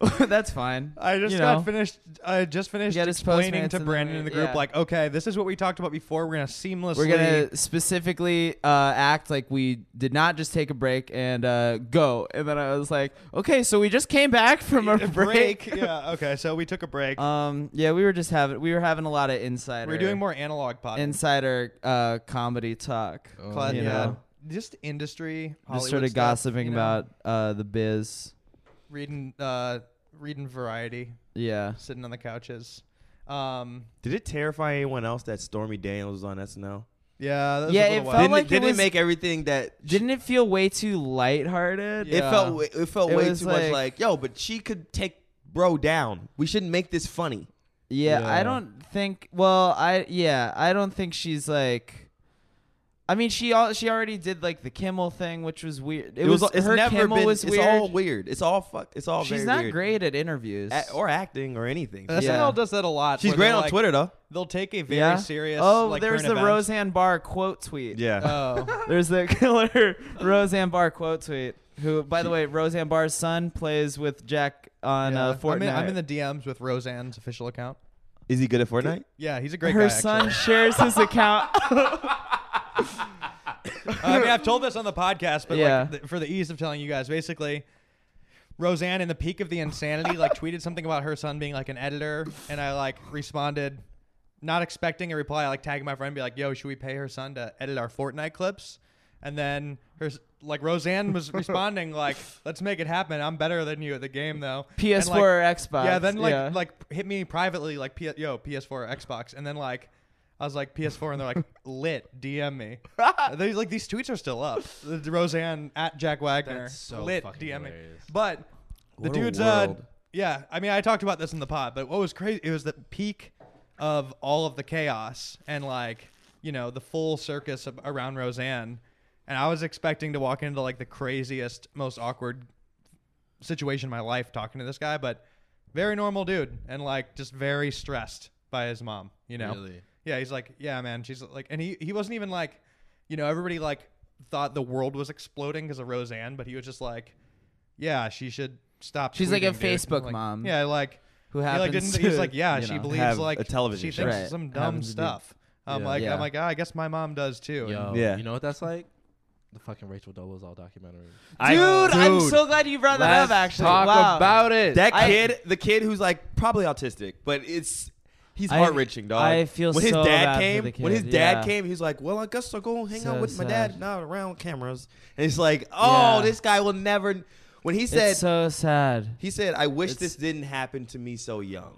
that's fine. I just You got know. finished. I just finished You got his postmates explaining to and then- Brandon in the group, yeah. like, okay, this is what we talked about before. We're gonna seamlessly. We're gonna specifically uh, act like we did not just take a break and uh, go. And then I was like, okay, so we just came back from a A break. yeah. Okay. So we took a break. Um, yeah, we were just having we were having a lot of insider. we're doing more analog pod. insider uh, comedy talk. Oh, Claude, you yeah. know. Just industry. just Hollywood sort of stuff, gossiping you know, about uh, the biz. reading, uh, reading Variety, Yeah. sitting on the couches. Um. Did it terrify anyone else that Stormy Daniels was on SNL? Yeah. that was a Yeah, little it wild. felt Didn't, like it, didn't was- it make everything that Didn't it feel way too lighthearted? Yeah. It felt wa- it felt It way was too like- much like yo, but she could take bro down. We shouldn't make this funny. Yeah, I Yeah. don't think. Well, I yeah, I don't think she's like. I mean, she all she already did like the Kimmel thing, which was weird. It, was, her Kimmel was it's weird. all weird. It's all fuck. It's all she's very not weird. great at interviews. At- or acting or anything. SNL Yeah. does that a lot. she's where they're great on like- Twitter though. They'll take a very yeah. serious. oh, like, there's current the event. Roseanne Barr quote tweet. Yeah. Oh, There's the killer Roseanne Barr quote tweet. Who, by the way, Roseanne Barr's son plays with Jack on yeah. uh, Fortnite. I'm in, I'm in the DMs with Roseanne's official account. Is he good at Fortnite? Yeah, he's a great her guy. son actually. shares his account. I mean, I've told this on the podcast, but Yeah. like, th- for the ease of telling you guys, basically, Roseanne, in the peak of the insanity, like tweeted something about her son being like an editor, and I like responded, not expecting a reply. I like tagged my friend, be like, "Yo, should we pay her son to edit our Fortnite clips?" And then her s- like Roseanne was responding like, "Let's make it happen. I'm better than you at the game though." PS4 And, like, or Xbox. Yeah, then like like hit me privately like P- yo PS4 or Xbox, and then like I was like PS4, and they're like lit DM me. These like these tweets are still up. The- the Roseanne at Jack Wagner That's so lit fucking DM me, hilarious. but the What a dude's uh world. yeah. I mean, I talked about this in the pod, but what was crazy? It was the peak of all of the chaos and like you know the full circus of, around Roseanne. And I was expecting to walk into like the craziest, most awkward situation in my life talking to this guy, but very normal dude and like just very stressed by his mom, you know. Really? Yeah, he's like, yeah, man. She's like, and he he wasn't even like, you know, everybody like thought the world was exploding because of Roseanne, but he was just like, yeah, she should stop. She's like a tweeting, dude." Facebook Like, mom. Yeah, like Who he, like, happens didn't, he's to, like, yeah, you she know, belleves have like a television She thinks show. Right. some dumb Happens to be- stuff. I'm Yeah. like, Yeah. I'm like, ah, I guess my mom does too. And Yo, Yeah. You know what that's like? The fucking Rachel Dolezal documentary. I- dude, I'm dude, so glad you brought that up. Actually, talk wow. about it. that I- kid, the kid who's like probably autistic, but it's he's I- heart wrenching, dog. I feel when his so dad bad for came, the when his kid, dad yeah. came, he's like, "Well, I guess I'll go hang out So with my sad. dad, not around cameras." And it's like, "Oh, Yeah. this guy will never." When he said, It's so sad. he said, "I wish it's- this didn't happen to me so young,"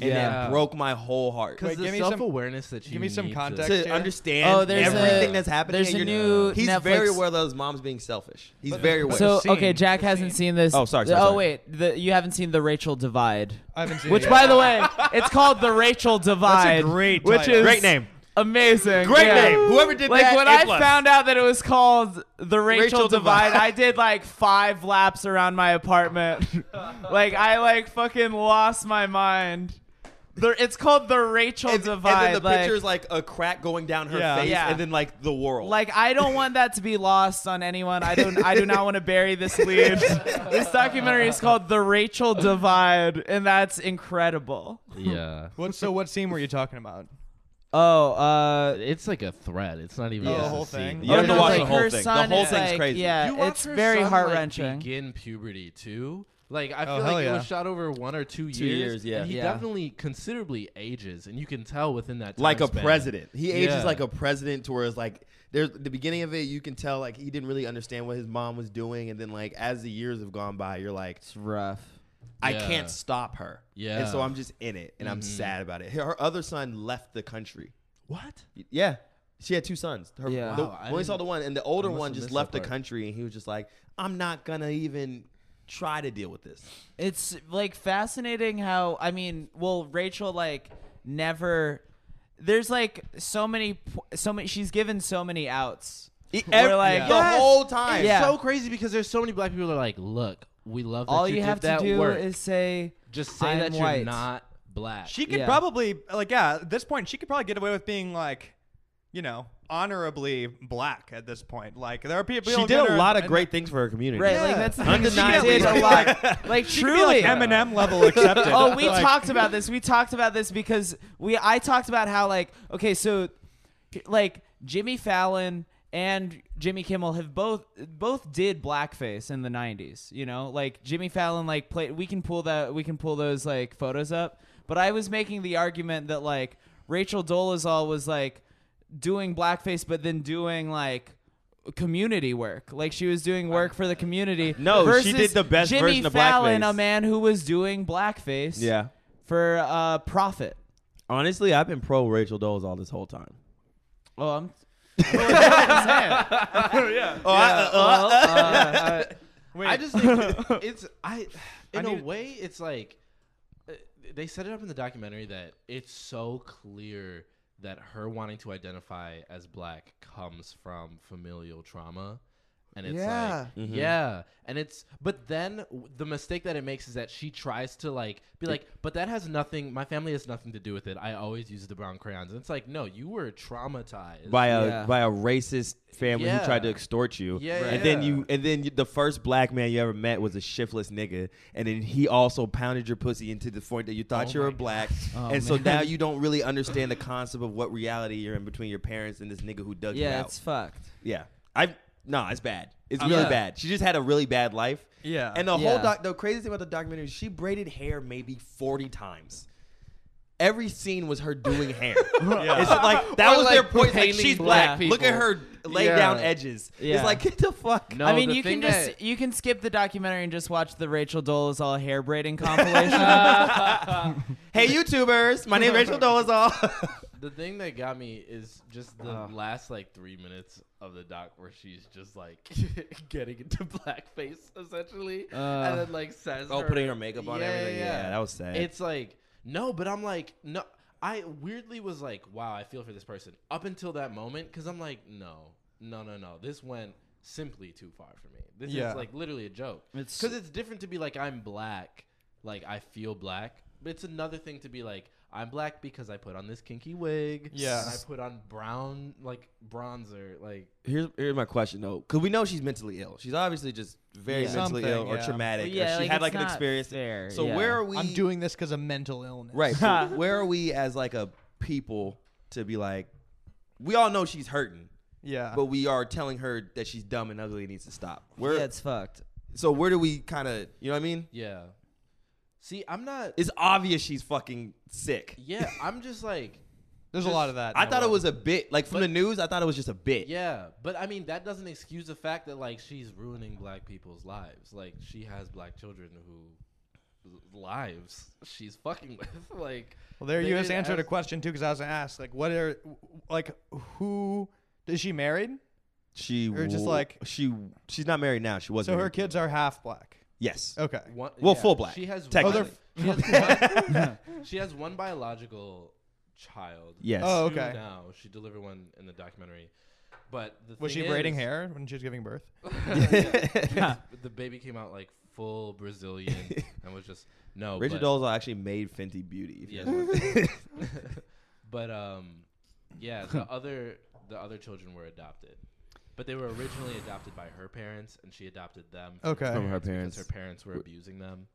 and Yeah. that broke my whole heart. Because Wait, the give me some- self awareness that you give me some need to- context. to Yeah. understand Oh, there's everything a- that's happening. there's and a you're- new He's Netflix- very aware that his mom's being selfish. He's But- very but aware. So scene, okay, Jack the hasn't scene. seen this. Oh, sorry, th- sorry, oh sorry. wait, the, you haven't seen the Rachel Divide, I haven't seen. it which yet. by the way, it's called the Rachel Divide. great which title. is Great name. amazing, Great yeah. name. Whoever did Like that. when A I plus. found out that it was called the Rachel, Rachel Divide, Divide. I did like five laps around my apartment. like I like fucking lost my mind. The, it's called the Rachel and, and Divide. then the like, picture's like a crack going down her Yeah. face, Yeah. and then like the world. Like I don't want that to be lost on anyone. I don't. I do not want to bury this lead. this documentary is called "The Rachel Divide," and that's incredible. Yeah. what? So what scene were you talking about? Oh, uh, It's like a thread. It's not even Oh, the just a whole scene. thing? You have no, to watch like the whole her thing. The son whole is, thing's like- crazy. Yeah, You watch it's her very son, heart Like, wrenching. begin puberty too. Like I Oh, feel hell like yeah. it was shot over one or two, Two years, yeah. And he Yeah. definitely considerably ages, and you can tell within that. Time like a span. president. He ages Yeah. like a president to where it's like there's the beginning of it, you can tell like he didn't really understand what his mom was doing, and then like as the years have gone by, you're like, it's rough. I Yeah. can't stop her. Yeah. Mm-hmm. And so I'm just in it and I'm sad about it. Her her other son left the country. What? Y- Yeah. She had two sons. Her, Yeah. the, Wow, I we only saw didn't- the one, and the older I must one have just missed left that the part. country, and he was just like, "I'm not gonna even try to deal with this." It's like fascinating how I mean, well, Rachel like never. There's like so many, po- so many. She's given so many outs. We're like, E, the yes, whole time. It's Yeah. so crazy because there's so many black people that are like, look, we love that All you, you did have to that do work. is say, just say "I'm that white." you're not black. She could Yeah. probably like yeah, at this point she could probably get away with being like, you know, honorably black at this point. Like there are people She did a lot of great things for her community. Right, like that's the thing. She Undeniably. did a lot. Like She could be, truly, like Eminem level accepted. Oh, we Like, talked about this. We talked about this because we I talked about how like okay, so like Jimmy Fallon and Jimmy Kimmel have both both did blackface in the 90s, you know? Like Jimmy Fallon like played we can pull that we can pull those like photos up, but I was making the argument that like Rachel Dolezal was like doing blackface but then doing like community work like she was doing work for the community No, she versus did the best Jimmy version of Fallon, blackface. a man who was doing blackface Yeah. for uh profit. Honestly, I've been pro Rachel Dolezal this whole time. Oh, I'm. wait, I just think it's I in a need- way it's like uh, they set it up in the documentary that it's so clear that her wanting to identify as black comes from familial trauma and it's Yeah. like yeah and it's but then w- the mistake that it makes is that she tries to like be like but that has nothing my family has nothing to do with it i always use the brown crayons and it's like no you were traumatized by a Yeah. by a racist family Yeah. who tried to extort you. Yeah, and Right. then yeah. you and then you, the first black man you ever met was a shiftless nigga, and then he also pounded your pussy into the point that you thought Oh you were my black, Oh, and so man. now you don't really understand the concept of what reality you're in between your parents and this nigga who dug you yeah, out. it's fucked. yeah, I no, it's bad. It's I'm really not- bad. She just had a really bad life. Yeah. and the Yeah. whole doc, the crazy thing about the documentary, is she braided hair maybe forty times. Every scene was her doing hair. yeah. It's like that Or, was like, their point. Like painting she's black black. Look at people. her lay Yeah. down edges. Yeah. It's like get the fuck. No, I mean, the you thing can just that- you can skip the documentary and just watch the Rachel Dolezal hair braiding compilation. Hey YouTubers, my name is Rachel Dolezal. The thing that got me is just the last like three minutes of the doc where she's just like getting into blackface essentially, Uh. and then like says, oh, putting her makeup on Yeah, everything. Yeah, yeah. that was sad. It's like no, but I'm like no. I weirdly was like, wow, I feel for this person up until that moment because I'm like, no, no, no, no. This went simply too far for me. This Yeah. is like literally a joke It's- because it's different to be like I'm black, like I feel black. But it's another thing to be like I'm black because I put on this kinky wig. Yeah. and I put on brown like bronzer. Like here's here's my question though, because we know she's mentally ill. She's obviously just very Yeah. mentally ill Something, or yeah. traumatic. or yeah, she like, had it's like an not experience. fair, So yeah. where are we? I'm doing this because of mental illness. Right. So where are we as like a people to be like? We all know she's hurting, Yeah. but we are telling her that she's dumb and ugly and needs to stop. Where? yeah, it's fucked. so where do we kind of? You know what I mean? yeah, see, I'm not. It's obvious she's fucking sick. Yeah, I'm just like There's a lot of that. I now. thought it was a bit. Like from the news, I thought it was just a bit. Yeah, but I mean that doesn't excuse the fact that like she's ruining black people's lives. Like she has black children who lives she's fucking with. Like Well, there they you just didn't answered a ask- question too, because I was gonna ask, like, what are, like, who is she married? She Or just w- like- she she's not married now. She So wasn't. her Oh, married. kids are half black. Yes. Okay. One, Well, full black, She has technically. one, Oh, she, has one, she has one biological child. Yes. Oh, Two okay. Now she delivered one in the documentary, but the Was she thing braiding is- hair when she was giving birth? Yeah. the baby came out like full Brazilian and was just no. Richard but, Dolezal actually made Fenty Beauty. if you Yeah. know what I'm saying. but um, yeah, the other the other children were adopted, but they were originally adopted by her parents, and she adopted them. from Okay. her From her parents. because parents. her parents were abusing them.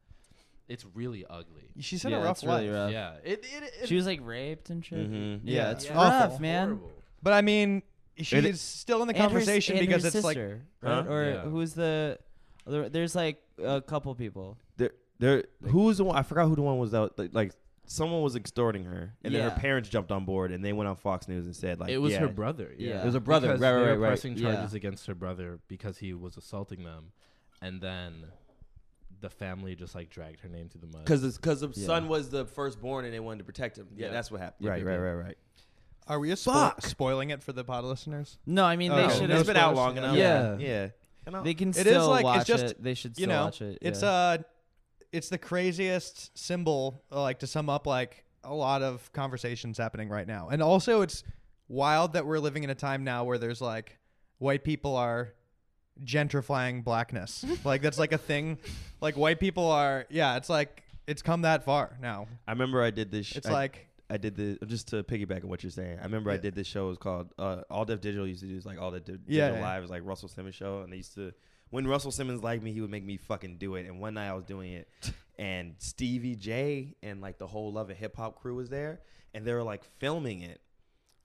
It's really ugly. She's had yeah, a rough it's really life. rough. Yeah, it it, it She was like raped and shit. Mhm. Yeah, Mm-hmm. Yeah. it's Yeah. rough, Awful. man. horrible. But I mean, she's still in the And her s- conversation and her because it's like, sister, right? Huh? or Yeah. who's the? there- There's like a couple people. there, there. Who was the one? I forgot who the one was that like, like someone was extorting her, and then Yeah. her parents jumped on board, and they went on Fox News and said like It was yeah. her brother. Yeah. Yeah. It was her brother, Because right, right, they were right, right. pressing Yeah. charges against her brother because he was assaulting them, and then the family just like dragged her name through the mud. Because because the Yeah. son was the firstborn and they wanted to protect him. Yeah, Yeah. that's what happened. Yep, Right, yep, right, yep. right, right. are we a spo- Fuck. spoiling it for the pod listeners? No, I mean Oh, they no. should. No have it's been out spoilers. long enough. Yeah. yeah. And I'll- They can It still is like- it's watch just, it. They should still you know, watch it. it's yeah. uh, it's the craziest symbol, uh, like to sum up like a lot of conversations happening right now, and also it's wild that we're living in a time now where there's like white people are gentrifying blackness, like that's like a thing, like white people are, yeah, it's like it's come that far now. I remember I did this. Sh- It's I- like I did the just to piggyback on what you're saying. I remember I Yeah. did this show. It was called uh, All Def Digital. Used to do is like All Def Di- Digital Yeah, yeah. Live. It was like Russell Simmons show, and they used to when Russell Simmons liked me, he would make me fucking do it. And one night I was doing it, and Stevie J and like the whole Love and Hip Hop crew was there, and they were like filming it.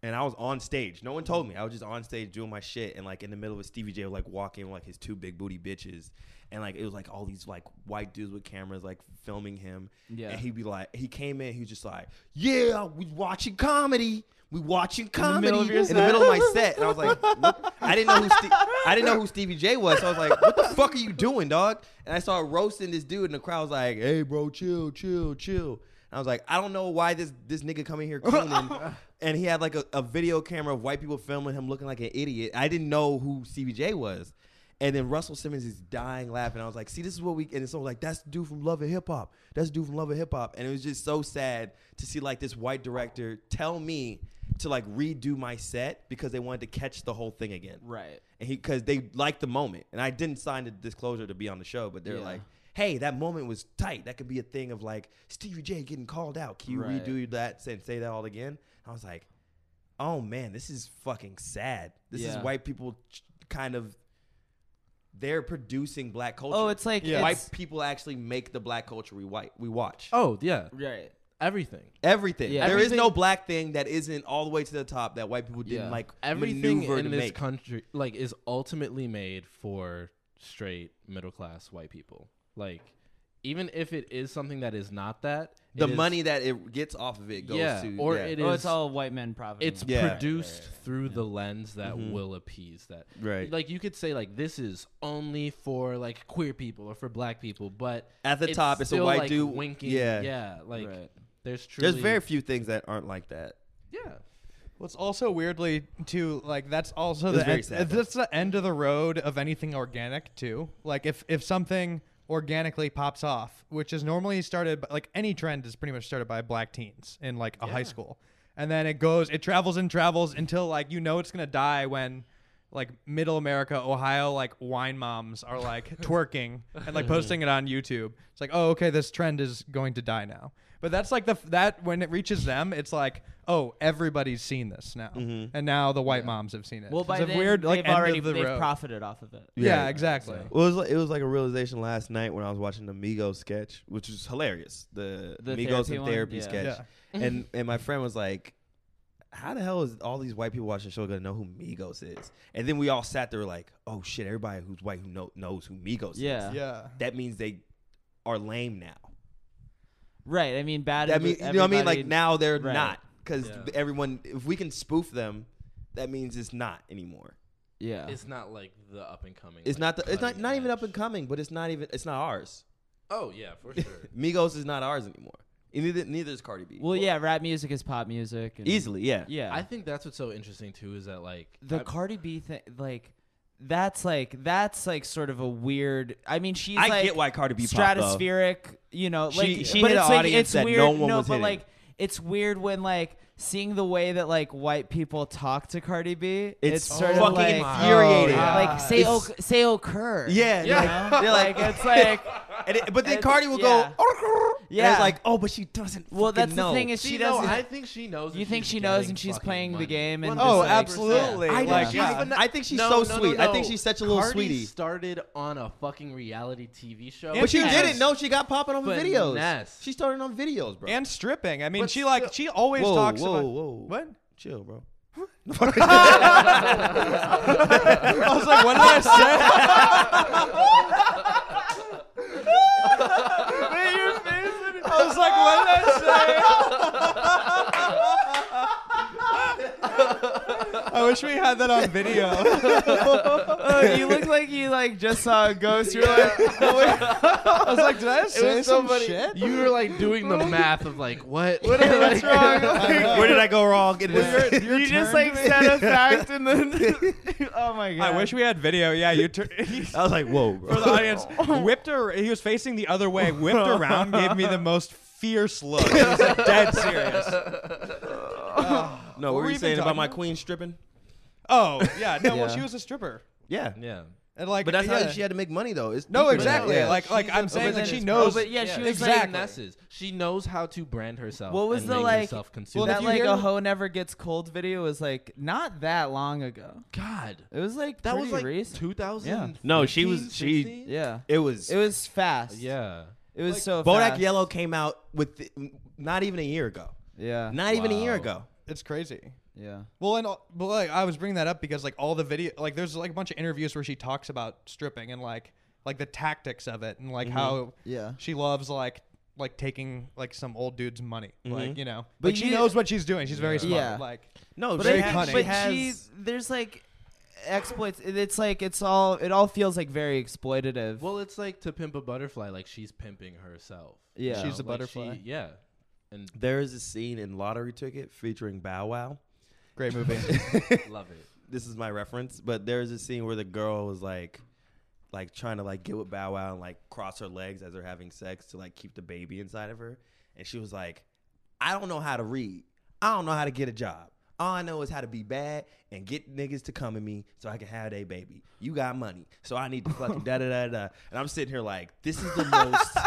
And I was on stage. No one told me. I was just on stage doing my shit. And like in the middle of it, Stevie J was like walking with like his two big booty bitches. And like it was like all these like white dudes with cameras like filming him. Yeah. And he'd be like, he came in, he was just like, yeah, we watching comedy. We watching comedy middle of your in the middle of my set. And I was like, what? I didn't know who Ste- I didn't know who Stevie J was. So I was like, what the fuck are you doing, dog? And I started roasting this dude, and the crowd was like, hey, bro, chill, chill, chill. And I was like, I don't know why this this nigga coming here cooning. and he had like a, a video camera of white people filming him looking like an idiot. I didn't know who Stevie J was. And then Russell Simmons is dying laughing. I was like, see, this is what we and so like that's the dude from Love and Hip Hop. That's the dude from Love and Hip Hop. And it was just so sad to see like this white director tell me to like redo my set because they wanted to catch the whole thing again. right. And he because they liked the moment. And I didn't sign the disclosure to be on the show, but they're Yeah. like, hey, that moment was tight. That could be a thing of like Stevie J getting called out. Can you Right. redo that and say that all again? I was like, oh man, this is fucking sad. This Yeah. is white people ch- kind of they're producing black culture. Oh, it's like Yeah. white it's, people actually make the black culture we white we watch. oh yeah, right. everything. Everything. Yeah. There is no Everything- black thing that isn't all the way to the top that white people didn't like everything maneuver in to this make. country like is ultimately made for straight middle class white people. Like even if it is something that is not that, it the is- money that it gets off of it goes yeah, to or yeah. it is Oh, it's all white men profiting. it's Yeah. Mm-hmm. produced through the lens that will appease that. Right. Like you could say like this is only for like queer people or for black people, but At the top, it's a white like, dude- winking. yeah. Yeah. Like Right. there's truly There's very few things that aren't like that. yeah. Well, it's also weirdly too like that's also It's the very end, sad. that's the end of the road of anything organic too. Like if if something organically pops off, which is normally started by, like any trend is pretty much started by black teens in like a high school, and then it goes it travels and travels until like you know it's gonna die when like middle America, Ohio, like wine moms are like twerking and like posting it on YouTube. It's like, oh, okay, this trend is going to die now. But that's like the f- that when it reaches them, it's like, oh, everybody's seen this now, and now the white moms have seen it. well, It's by a then, weird like they've end already of the they've road. profited off of it. yeah, Yeah. exactly. So- Well, it was like, it was like a realization last night when I was watching the Migos sketch, which is hilarious. The, The Migos therapy and one? therapy Yeah. sketch, and and my friend was like, "How the hell is all these white people watching the show gonna know who Migos is?" And then we all sat there like, "Oh shit! Everybody who's white who know, knows who Migos Yeah. is. Yeah, That means they are lame now. Right. I mean, bad. That means you know what I mean. Like everybody- now they're Right. not because everyone. If we can spoof them, that means it's not anymore. Yeah. It's not like the up and coming. It's like, not. The, it's not cutting not even edge. up and coming, but it's not even. It's not ours. Oh yeah, for sure. Migos is not ours anymore. And neither, neither is Cardi B. well, yeah. Rap music is pop music. And, Easily, yeah. Yeah. I think that's what's so interesting too is that like the I- Cardi B thing, like that's like that's like sort of a weird. I mean, she's I like get why Cardi B popped up. stratospheric. You know, like She- she but hit it's an like audience it's that weird. no one was but hitting. like it's weird when like seeing the way that like white people talk to Cardi B. It's It's, sort of fucking like. infuriating. Oh, yeah. Like say It's- oh say oh cur Yeah, you like- know? they're like like- it's like And it- but then It's- Cardi will yeah. go, "Arr-grr," and Yeah. it's like, oh, but she doesn't. well fucking that's the know. thing is See, she, no, doesn't I think she knows. you and think she's she knows and getting she's fucking playing the money. game and Well, oh, just, like- absolutely. I know, Like, she's yeah. even- I think she's No, so no, sweet. no, I think no. she's such a little Cardi sweetie. Started on a fucking reality TV show, And but you she has- didn't know she got popping off of videos. Finesse. She started on videos, bro. and stripping. I mean, But she like still- she always whoa, talks whoa, about whoa, what. Chill, bro. I was like, what did I say? I was like, what did I say? I wish we had that on video. Oh, you look like you like just saw a ghost. You're like, I was like, did I say some somebody- shit? You were like doing the math of like what? what's wrong? Where did I go wrong? It Well, is- you're- your you just turn like said a fact and then. oh my god! I wish we had video. Yeah, you tur- I was like, whoa, for the bro. audience whipped. Ar- he was facing the other way, whipped around, gave me the most fierce look. He was like, dead serious. No, What what were were you you saying even about talking my about? queen stripping? Oh yeah, no. Well, Yeah. she was a stripper, Yeah. Yeah. and like, But that's yeah. how she had to make money, though. It's No, people- exactly. Yeah. Like, like I'm saying, but like then she it's- knows. oh, but yeah, she was like- exactly. Finesses. She knows how to brand herself. What was and the, make like- herself Well, consumable. that if you like hear- a hoe never gets cold video was like not that long ago. God, It was like that was pretty like recent. 2000. No, she was- she- yeah, It was. it was fast. Yeah. it was so. Bodak fast. Yellow came out with th- not even a year ago. Yeah, Not even a year Wow. ago. It's crazy. yeah. Well, and all- but like I was bringing that up because like all the video, like there's like a bunch of interviews where she talks about stripping and like like the tactics of it and like how Yeah. she loves like like taking like some old dude's money, like you know. But Mm-hmm. But she you- knows what she's doing. She's very smart. Yeah. Like No, But, she Very I, has, cunning. she but has- she, there's like exploits. it- It's like it's all. It all feels like very exploitative. Well, it's like to pimp a butterfly. Like she's pimping herself. you Yeah. know? She's a Like, butterfly. She, yeah. And There is a scene in Lottery Ticket featuring Bow Wow. great movie. love it. This is my reference, but there is a scene where the girl was like, like trying to like get with Bow Wow and like cross her legs as they're having sex to like keep the baby inside of her, and she was like, I don't know how to read. I don't know how to get a job. All I know is how to be bad and get niggas to come at me so I can have a baby. You got money, so I need to fucking da da da da. And I'm sitting here like, this is the most.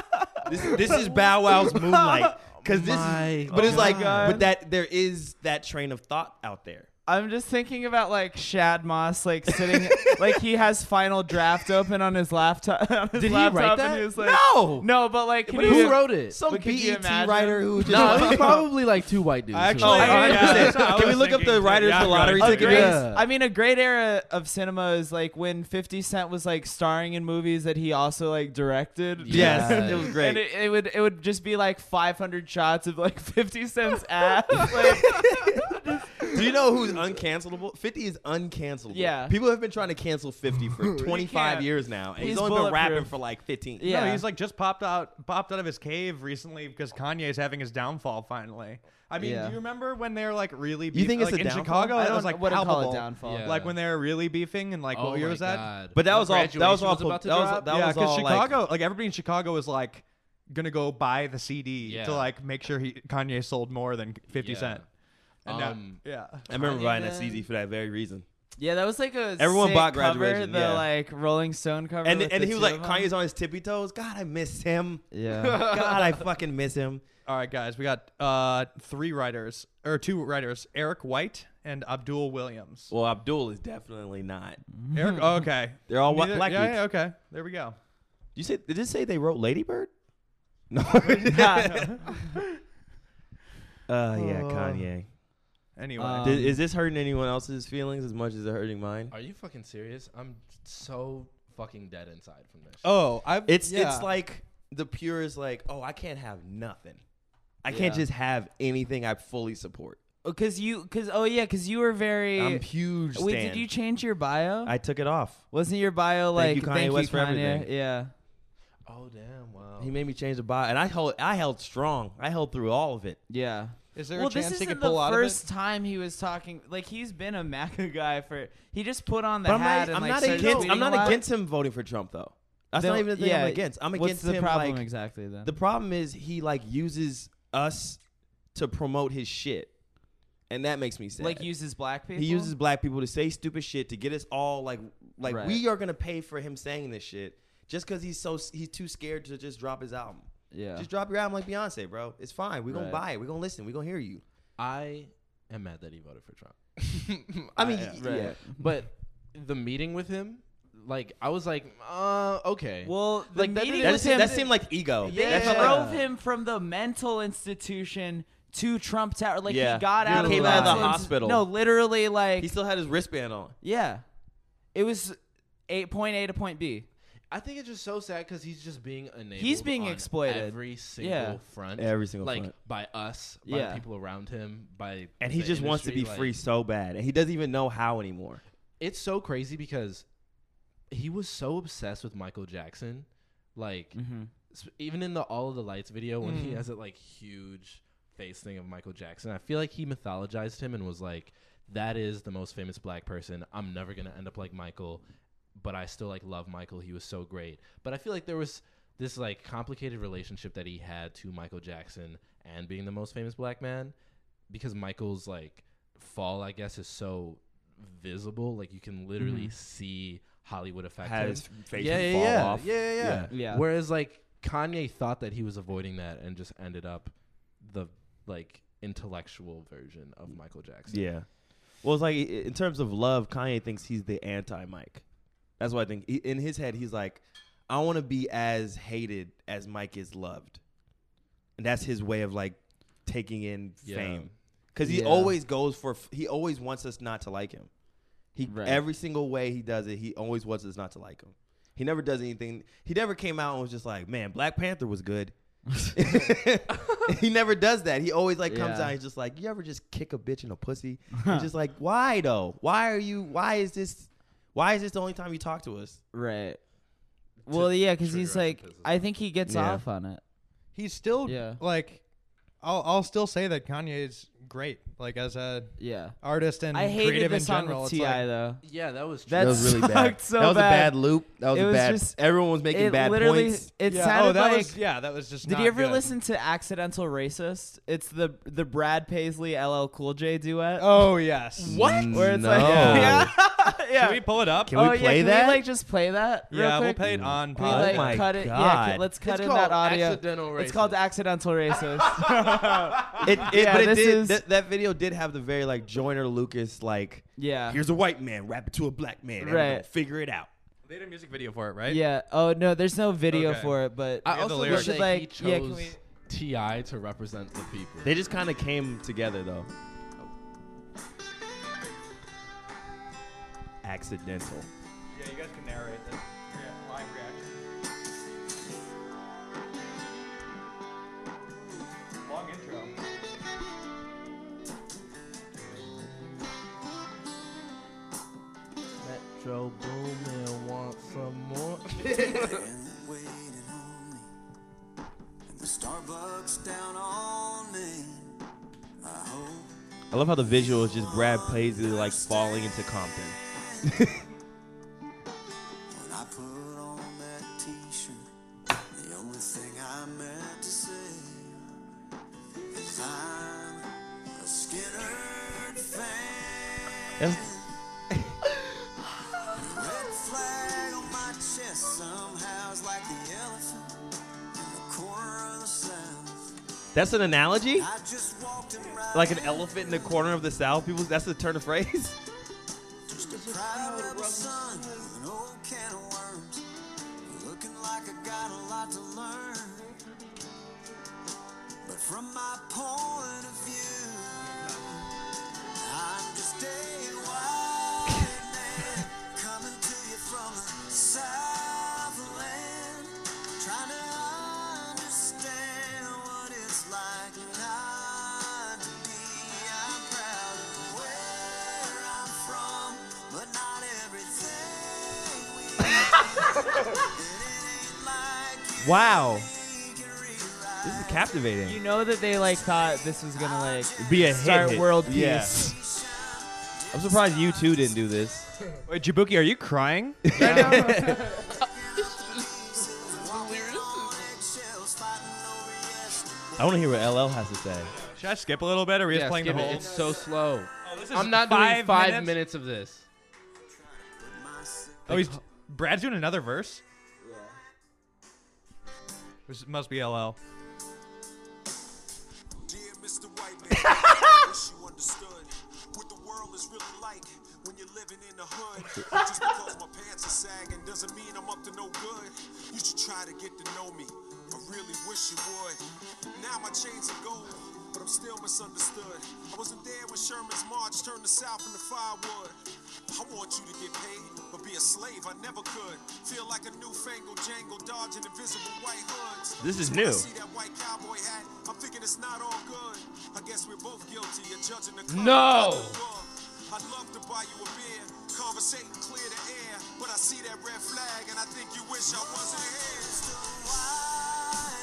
this, this is Bow Wow's moonlight because this My is. But it's like, God. but that there is that train of thought out there. I'm just thinking about like Shad Moss, like sitting, like he has Final Draft open on his laptop. On his Did he write laptop that? And he was like, No! no, but like, can But you, who wrote E it? Some But could you BET imagine? writer who just no, Oh, it's probably like two white dudes. I who actually, were Oh, like, I yeah, understand. that's what I Can we was look up the thinking, too. writers Yeah, for lottery right. A tickets? great, Yeah. I mean, a great era of cinema is like when 50 Cent was like starring in movies that he also like directed. Yes. Yes, it was great. And it, it would it would just be like 500 shots of like 50 Cent's ass. Like, Do you know who's uncancelable? 50 is uncancelable. Yeah. People have been trying to cancel 50 for 25 can't. years now, and he's, He's only been rapping bulletproof. for like 15. Yeah. No, he's like just popped out popped out of his cave recently because Kanye's having his downfall finally. I mean, Yeah. do you remember when they were like really beefing think it's like, a in downfall? Chicago? I that don't was like wouldn't palpable. call it downfall. Yeah. Like when they were really beefing and like oh what year my was that? God. But that My was all- that was graduation all po- about to that was- drop? that yeah, was all, like- Chicago, like, everybody in Chicago was like gonna go buy the CD Yeah. to like make sure he Kanye sold more than Fifty Yeah. Cent. And Um, now, yeah, I remember Kanye buying that then. CD for that very reason. Yeah, that was like a Everyone sick bought cover, Graduation, the yeah. like Rolling Stone cover, And with and the he was two like, of 'em. Kanye's on his tippy toes. God, I miss him. Yeah. God, I fucking miss him. All right, guys, we got uh three writers or two writers: Eric White and Abdul Williams. Well, Abdul is definitely not. Eric, oh, okay, They're all white Neither- black yeah, dudes. yeah, okay, there we go. You say did it say they wrote Ladybird? No. Uh, yeah, Kanye. Anyway, Uh, Did- is this hurting anyone else's feelings as much as it hurting mine? Are you fucking serious? I'm so fucking dead inside from this. oh, I've It's yeah. it's like the purest like, oh, I can't have nothing. I can't Yeah. just have anything I fully support. Because you, because oh yeah, because you were very. I'm huge. Wait, stan. did you change your bio? I took it off. Wasn't your bio Thank like you, Kanye West, for everything. Yeah. Oh damn! Wow. He made me change the bio, and I held I held strong. I held through all of it. Yeah. Is there well, a chance this he isn't could pull the out first time he was talking. Like he's been a MACA guy for. He just put on the But I'm hat not, and I'm like not started against I'm tweeting a lot. not against him voting for Trump though. That's Then- not even the thing yeah, I'm against. I'm what's against the him problem like exactly then? The problem is he like uses us to promote his shit, and that makes me sad. like uses black people. he uses black people to say stupid shit to get us all like like Right. we are gonna pay for him saying this shit just because he's so he's too scared to just drop his album. Yeah. Just drop your album like Beyonce, bro. It's fine. We're gonna Right. buy it. We're gonna listen. We're gonna hear you. I am mad that he voted for Trump. I mean, am. y- yeah. but the meeting with him, like I was like, uh, okay. Well, the Like, that meeting didn't- That, with seemed, him. that seemed like ego. They That Yeah. felt drove like, him from the mental institution to Trump Tower. Like Yeah. he got He out of came the out of the mental inst- hospital. No, literally like he still had his wristband on. yeah, it was eight point A to point B. I think it's just so sad because he's just being enabled. He's being on exploited. every single Yeah. front. Every single like front. by us, by Yeah. the people around him, by And he the just wants to be industry, like, free so bad, and he doesn't even know how anymore. It's so crazy because he was so obsessed with Michael Jackson, like Mm-hmm. s- even in the All of the Lights video when Mm. he has that like huge face thing of Michael Jackson. I feel like he mythologized him and was like, "That is the most famous black person. I'm never gonna end up like Michael." but I still like love Michael. He was so great. But I feel like there was this like complicated relationship that he had to Michael Jackson and being the most famous black man because Michael's like fall, I guess, is so visible. Like you can literally see Hollywood affect Had him. Mm-hmm. his face yeah, yeah, fall yeah. off. yeah, yeah, yeah, Yeah. Whereas like Kanye thought that he was avoiding that and just ended up the like intellectual version of Michael Jackson. Yeah. Well, it's like i- in terms of love, Kanye thinks he's the anti Mike. That's what I think. He, in his head, he's like, I want to be as hated as Mike is loved, and that's his way of like taking in Yeah. fame. Because he Yeah. always goes for. f- He always wants us not to like him. He Right. every single way he does it, he always wants us not to like him. He never does anything. He never came out and was just like, "Man, Black Panther was good." he never does that. He always like comes Yeah. out. He's just like, you ever just kick a bitch in a pussy? You're just like, why though? Why are you? Why is this? Why is this the only time you talk to us? Right. Well, yeah, because he's trigger like, acid I think he gets Yeah. off on it. he's still Yeah. like, I'll I'll still say that Kanye is great, like as a Yeah. artist and I hated creative the in song general. with It's Ti like, though. Yeah, that was That That was really sucked bad. so that was bad. a bad loop. That was, It a was bad. just- everyone was making it bad literally, points. it yeah, sounded oh, that like. was yeah, that was just. did not you ever good. listen to "Accidental Racist"? It's the the Brad Paisley LL Cool J duet. Oh yes. Where it's No. like, Yeah. yeah, yeah. Should we pull it up? Can we oh, yeah, play can that? We, like just play that. real yeah, we'll quick? Oh play it on Oh Can we, pod. like, my cut it? Yeah, God. can- let's cut It's in called that audio. accidental It's called racist. accidental racist. It, it, Yeah, but it this did. is- that, that video did have the very like Joyner Lucas like. yeah. Here's a white man rapping to a black man. and we're Right. gonna Figure it out. They did a music video for it, right? yeah. Oh no, there's no video Okay. for it, but I the also lyrics. wish Should, that he like- yeah, can chose we- Ti to represent the people. They just kind of came together though. Accidental. Yeah, you guys can narrate this. Yeah, live reaction. Long intro. Metro Boomin wants some more. waiting on me. And the Starbucks down on me. I hope I love how the visual is just Brad Paisley like falling into Compton. when I put on that t shirt, the only thing I meant to say is I'm a Skinner fan. Red flag on my chest somehow is like the elephant in the corner of the south. That's an analogy? I just walked him right Like an elephant in the corner of the South? People, that's the turn of phrase? Just a proud rebel son, an old can of worms. Looking like I got a lot to learn. But from my point of view, I'm just a white man coming to you from the Southland. Trying to understand what it's like not to be. I'm proud of where I'm from, but not everything we Wow. This is captivating. You know that they like thought this was gonna like Be a start world peace. Yeah. I'm surprised you two didn't do this. Wait, Jabuki, are you crying? I want to hear what LL has to say. Should I skip a little bit, or are we just Yeah, playing the skip it. whole? It's so slow. Oh, this is I'm not five doing five minutes. minutes? of this. Oh, he's Brad's doing another verse. This must be LL. Dear Mr. White Man, wish you understood what the world is really like when you're living in the hood. Just because my pants are sagging doesn't mean I'm up to no good. You should try to get to know me. I really wish you would. Now my chains are gold, but I'm still misunderstood. I wasn't there when Sherman's march turned the South into firewood. I want you to get paid, but be a slave I never could. Feel like a newfangled jangle dodging invisible white hoods. This is So when I new. see that white cowboy hat, I'm thinking it's not all good. I guess we're both guilty of judging the color No! of the world. I'd love to buy you a beer, conversate and clear the air, but I see that red flag and I think you wish I wasn't here.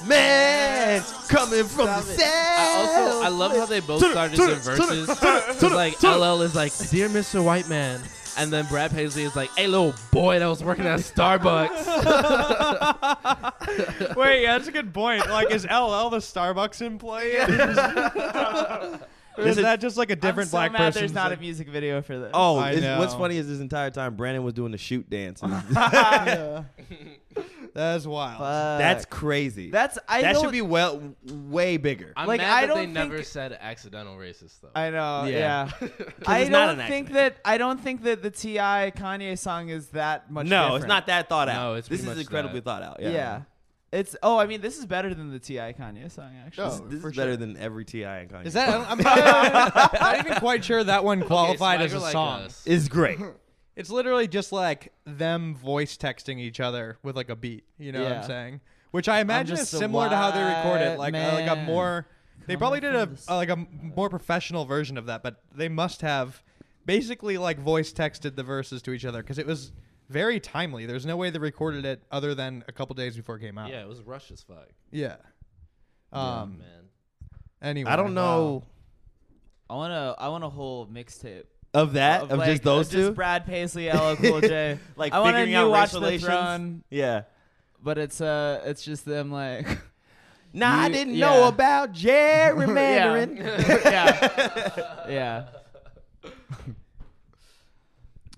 Man, coming from the South. I also Oh, I love how they both started their verses. 'Cause, Like LL is like, "Dear Mr. White Man," and then Brad Paisley is like, "Hey, little boy that was working at Starbucks." Wait, yeah, that's a good point. Like, is LL the Starbucks employee? or is Listen, that just like a different I'm so black mad person? There's not a music video for this. Oh, I it's- what's know. funny is this entire time Brandon was doing the shoot dance. That's wild. Fuck. That's crazy. Uh, that's I that know, should be well way bigger. I'm Like, mad I that don't they think- never said accidental racist though. I know. Yeah. Yeah. I it's not don't an think accident. that I don't think that the Ti Kanye song is that much. no, different. it's not that thought out. No, it's this pretty is much incredibly that. thought out. Yeah, Yeah. It's oh, I mean, this is better than the Ti Kanye song actually. This, this is better than every Ti and Kanye. Is that? I don't- I'm not, not even quite sure that one Okay, qualified as Swagger a Like uh, song. Us. It's great. It's literally just like them voice texting each other with like a beat. You know what I'm Yeah. saying? Which I imagine is just a similar to how they record it, white like uh, like a man more. They probably did coming a, from the a like a m- more professional version of that, but they must have basically like voice texted the verses to each other because it was very timely. There's no way they recorded it other than a couple days before it came out. yeah, it was rush as fuck. Yeah. Um. man. Anyway, I don't wow. know I want to I want a whole mixtape of that of, like, just those two. Brad Paisley, LL Cool J. like I want a figuring new out Watch racial the relations. Throne, Yeah. but it's uh, it's just them like. Nah, I You- didn't yeah. know about gerrymandering. yeah. yeah. Yeah.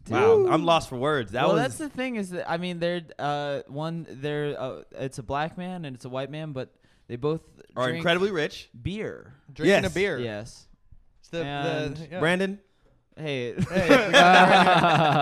Wow, I'm lost for words. That well, was that's the thing is that I mean they're uh one they're uh, it's a black man and it's a white man, but they both are drink incredibly rich. beer. Drinking Yes. a beer. Yes. It's the, the, And yeah. Brandon, Hey. Hey, we got-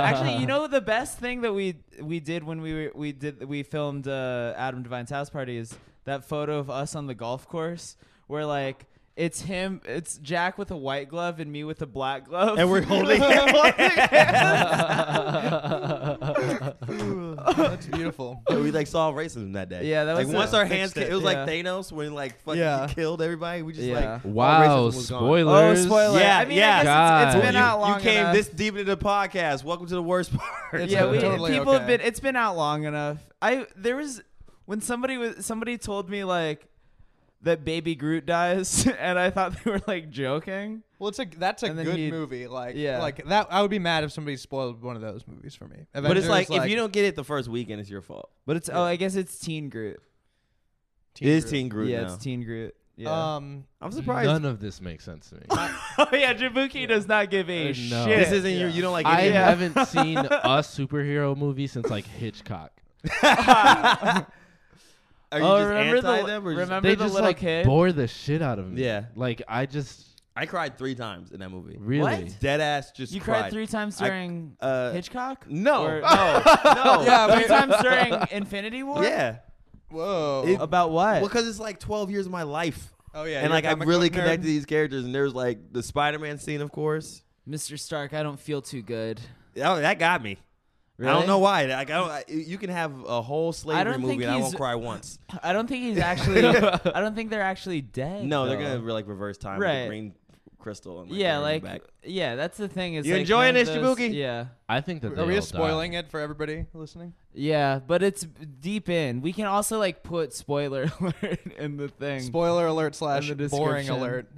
Actually, you know the best thing that we we did when we were, we did we filmed uh, Adam Devine's house party is that photo of us on the golf course where like it's him, it's Jack with a white glove and me with a black glove, and we're holding. That's beautiful. we like solved racism that day. Yeah, that was like a- once our hands. fixed Came, it. it was Yeah. like Thanos when like fucking Yeah. he killed everybody. We just Yeah. like all Wow, racism was gone. Oh, spoilers. spoiler! Yeah, I mean, yeah. I guess it's, it's God. been you, out long you came enough. this deep into the podcast. Welcome to the worst part. It's yeah, we, totally people have okay. been. It's been out long enough. I there was when somebody was somebody told me like that Baby Groot dies, and I thought they were like joking. Well, it's a that's a And then good you- movie. Like, Yeah. like that. I would be mad if somebody spoiled one of those movies for me. but it's Avengers, like, if you don't get it the first weekend, it's your fault. But it's oh, I guess it's Teen Groot. Teen it is Group. Teen Groot yeah, now. it's Teen Groot. Yeah. Um, I'm surprised. None of this makes sense to me. oh yeah, Jabuki does not give a Uh, no. shit. This isn't your. You don't like. I any of that. haven't seen a superhero movie since like Hitchcock. Are you Oh, just remember the anti li- them? Or just- remember They the just little like kid? bore the shit out of me. Yeah. like I just I cried three times in that movie. really. Dead ass just you cried. cried three times I- during uh, Hitchcock. No, Or- no, no. Yeah, three times during Infinity War. yeah. whoa. It- About what? Well, because it's like 12 years of my life. oh yeah. and you're like a I comic really book nerd? connected to these characters, and there was like the Spider-Man scene, of course. Mr. Stark, I don't feel too good. That, that got me. I Really? don't know why. Like I don't. I, you can have a whole slavery don't think movie, and I he's- won't cry once. I don't think he's actually. I don't think they're actually dead. No, they're though. gonna like reverse time with Right. the green crystal. And, like, yeah, bring like him back. yeah, that's the thing. Is You like, enjoying none of this, those- Jabuki? Yeah, I think that they Are we all just spoiling die. it for everybody listening? yeah, but it's deep in. We can also like put spoiler alert in the thing. Spoiler alert slash the boring description. alert.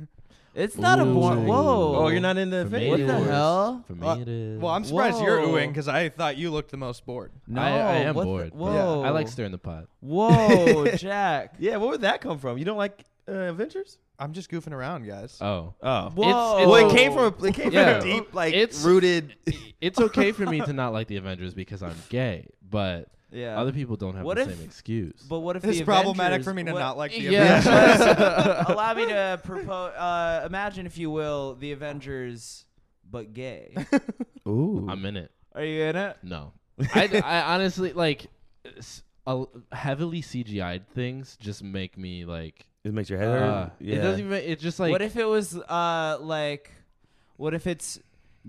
it's not a Ooh. born. Whoa. Oh, you're not into For Infinity me, What it the War. is. hell? For Uh, me, it is. Well, I'm surprised you're Whoa. ooing because I thought you looked the most bored. No, I, I am what the- bored. but whoa. I like stirring the pot. Whoa, Jack. Yeah, where would that come from? You don't like uh, Avengers? I'm just goofing around, guys. Oh. Oh, Whoa. it's- well, it came from a, it came Yeah. from a deep like It's- rooted. it's okay for me to not like the Avengers because I'm gay, but Yeah. other people don't have What the if- same excuse. But what if It's the problematic Avengers- for me to what- not like the yeah, Avengers. just allow me to propose. Uh, imagine, if you will, the Avengers, but gay. Ooh, I'm in it. Are you in it? No, I, I honestly like s- a, heavily CGI'd things just make me like. it makes your head hurt. Uh, It doesn't even. It's just like. what if it was uh like, what if it's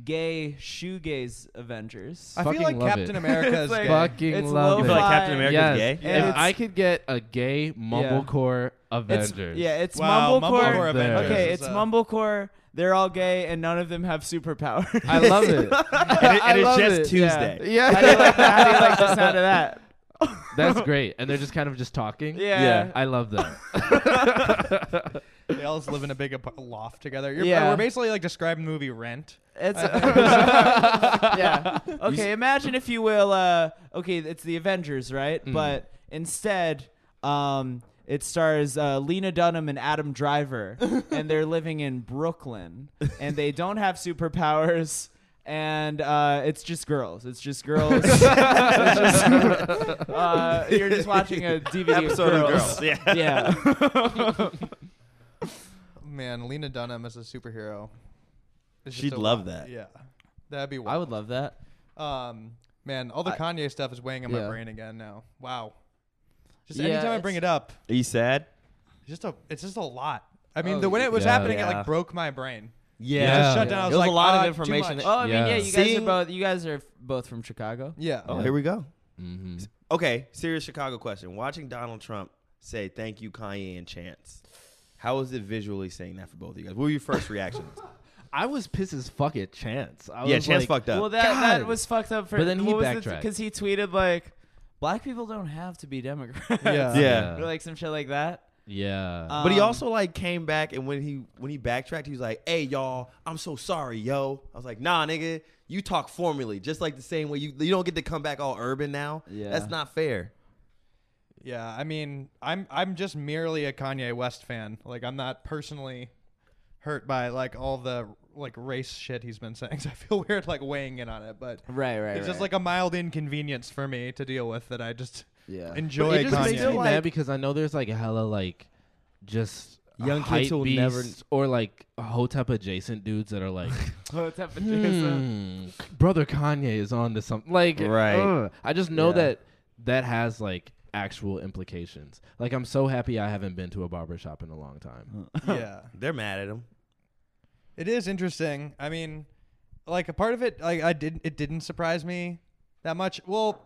gay shoegaze Avengers? I Fucking feel like love Captain it. America is It's like- gay. fucking it's love lo-fi. it? You feel like Captain America's Yes. gay? And If it's- I could get a gay mumblecore It's- Avengers, yeah, it's Wow, mumblecore. Mumblecore Avengers Okay, is, it's uh, mumblecore. They're all gay and none of them have superpowers. I love it. and, it, I and it's love just it. Tuesday. Yeah. How do you like that? How do you like the sound of that? That's great, and they're just kind of just talking. Yeah. Yeah. I love that. They all just live in a big ap- loft together. You're, Yeah. We're basically like describing the movie Rent. It's yeah. Okay, imagine if you will. Uh, okay, it's the Avengers, right? But instead, um, it stars uh, Lena Dunham and Adam Driver, and they're living in Brooklyn, and they don't have superpowers. And uh, it's just girls. It's just girls. It's just- uh, you're just watching a DVD of Episode of girls. Girls, yeah. yeah. Man, Lena Dunham as a superhero. is just She'd a love lot. that. Yeah, that'd be. Wild. I would love that. Um, man, all the Kanye stuff is weighing on Yeah. my brain again now. Wow. Just Yeah, anytime I bring it up, Are you sad? it's just a, it's just a lot. I mean, Oh, the when it was yeah. happening, it Yeah. like broke my brain. Yeah. It just Yeah. shut down. I It was was a like, lot of "Ah, too information much." that- Oh, I mean, Yeah. yeah. You guys Seeing- are both. You guys are f- both from Chicago. yeah. Oh, here we go. Mm-hmm. hmm Okay, serious Chicago question. Watching Donald Trump say "Thank you, Kanye" and Chance. How was it visually saying that for both of you guys? What were your first reactions? I was pissed as fuck at Chance. I yeah, was Chance like, fucked up. Well, that God. that was fucked up for. But then he backtracked. because he tweeted like, "Black people don't have to be Democrats." Yeah. yeah. or like some shit like that. Yeah. But he Um, also like came back and when he when he backtracked, he was like, "Hey y'all, I'm so sorry, yo." I was like, "Nah, nigga, you talk formally, just like the same way you you don't get to come back all urban now. Yeah. that's not fair." Yeah, I mean, I'm I'm just merely a Kanye West fan. Like, I'm not personally hurt by like all the like race shit he's been saying. So I feel weird like weighing in on it, but Right, right. it's just like a mild inconvenience for me to deal with that I just Yeah. enjoy it just Kanye. makes me like- mad because I know there's like hella like just Young hype kids who will never- beasts or like Hotep adjacent dudes that are like, a "Hmm, brother Kanye is on to something. Like, Right. ugh. I just know Yeah. that that has like actual implications. Like, I'm so happy I haven't been to a barber shop in a long time. yeah. They're mad at him. It is interesting. I mean, like a part of it, like I did, it didn't surprise me that much. Well,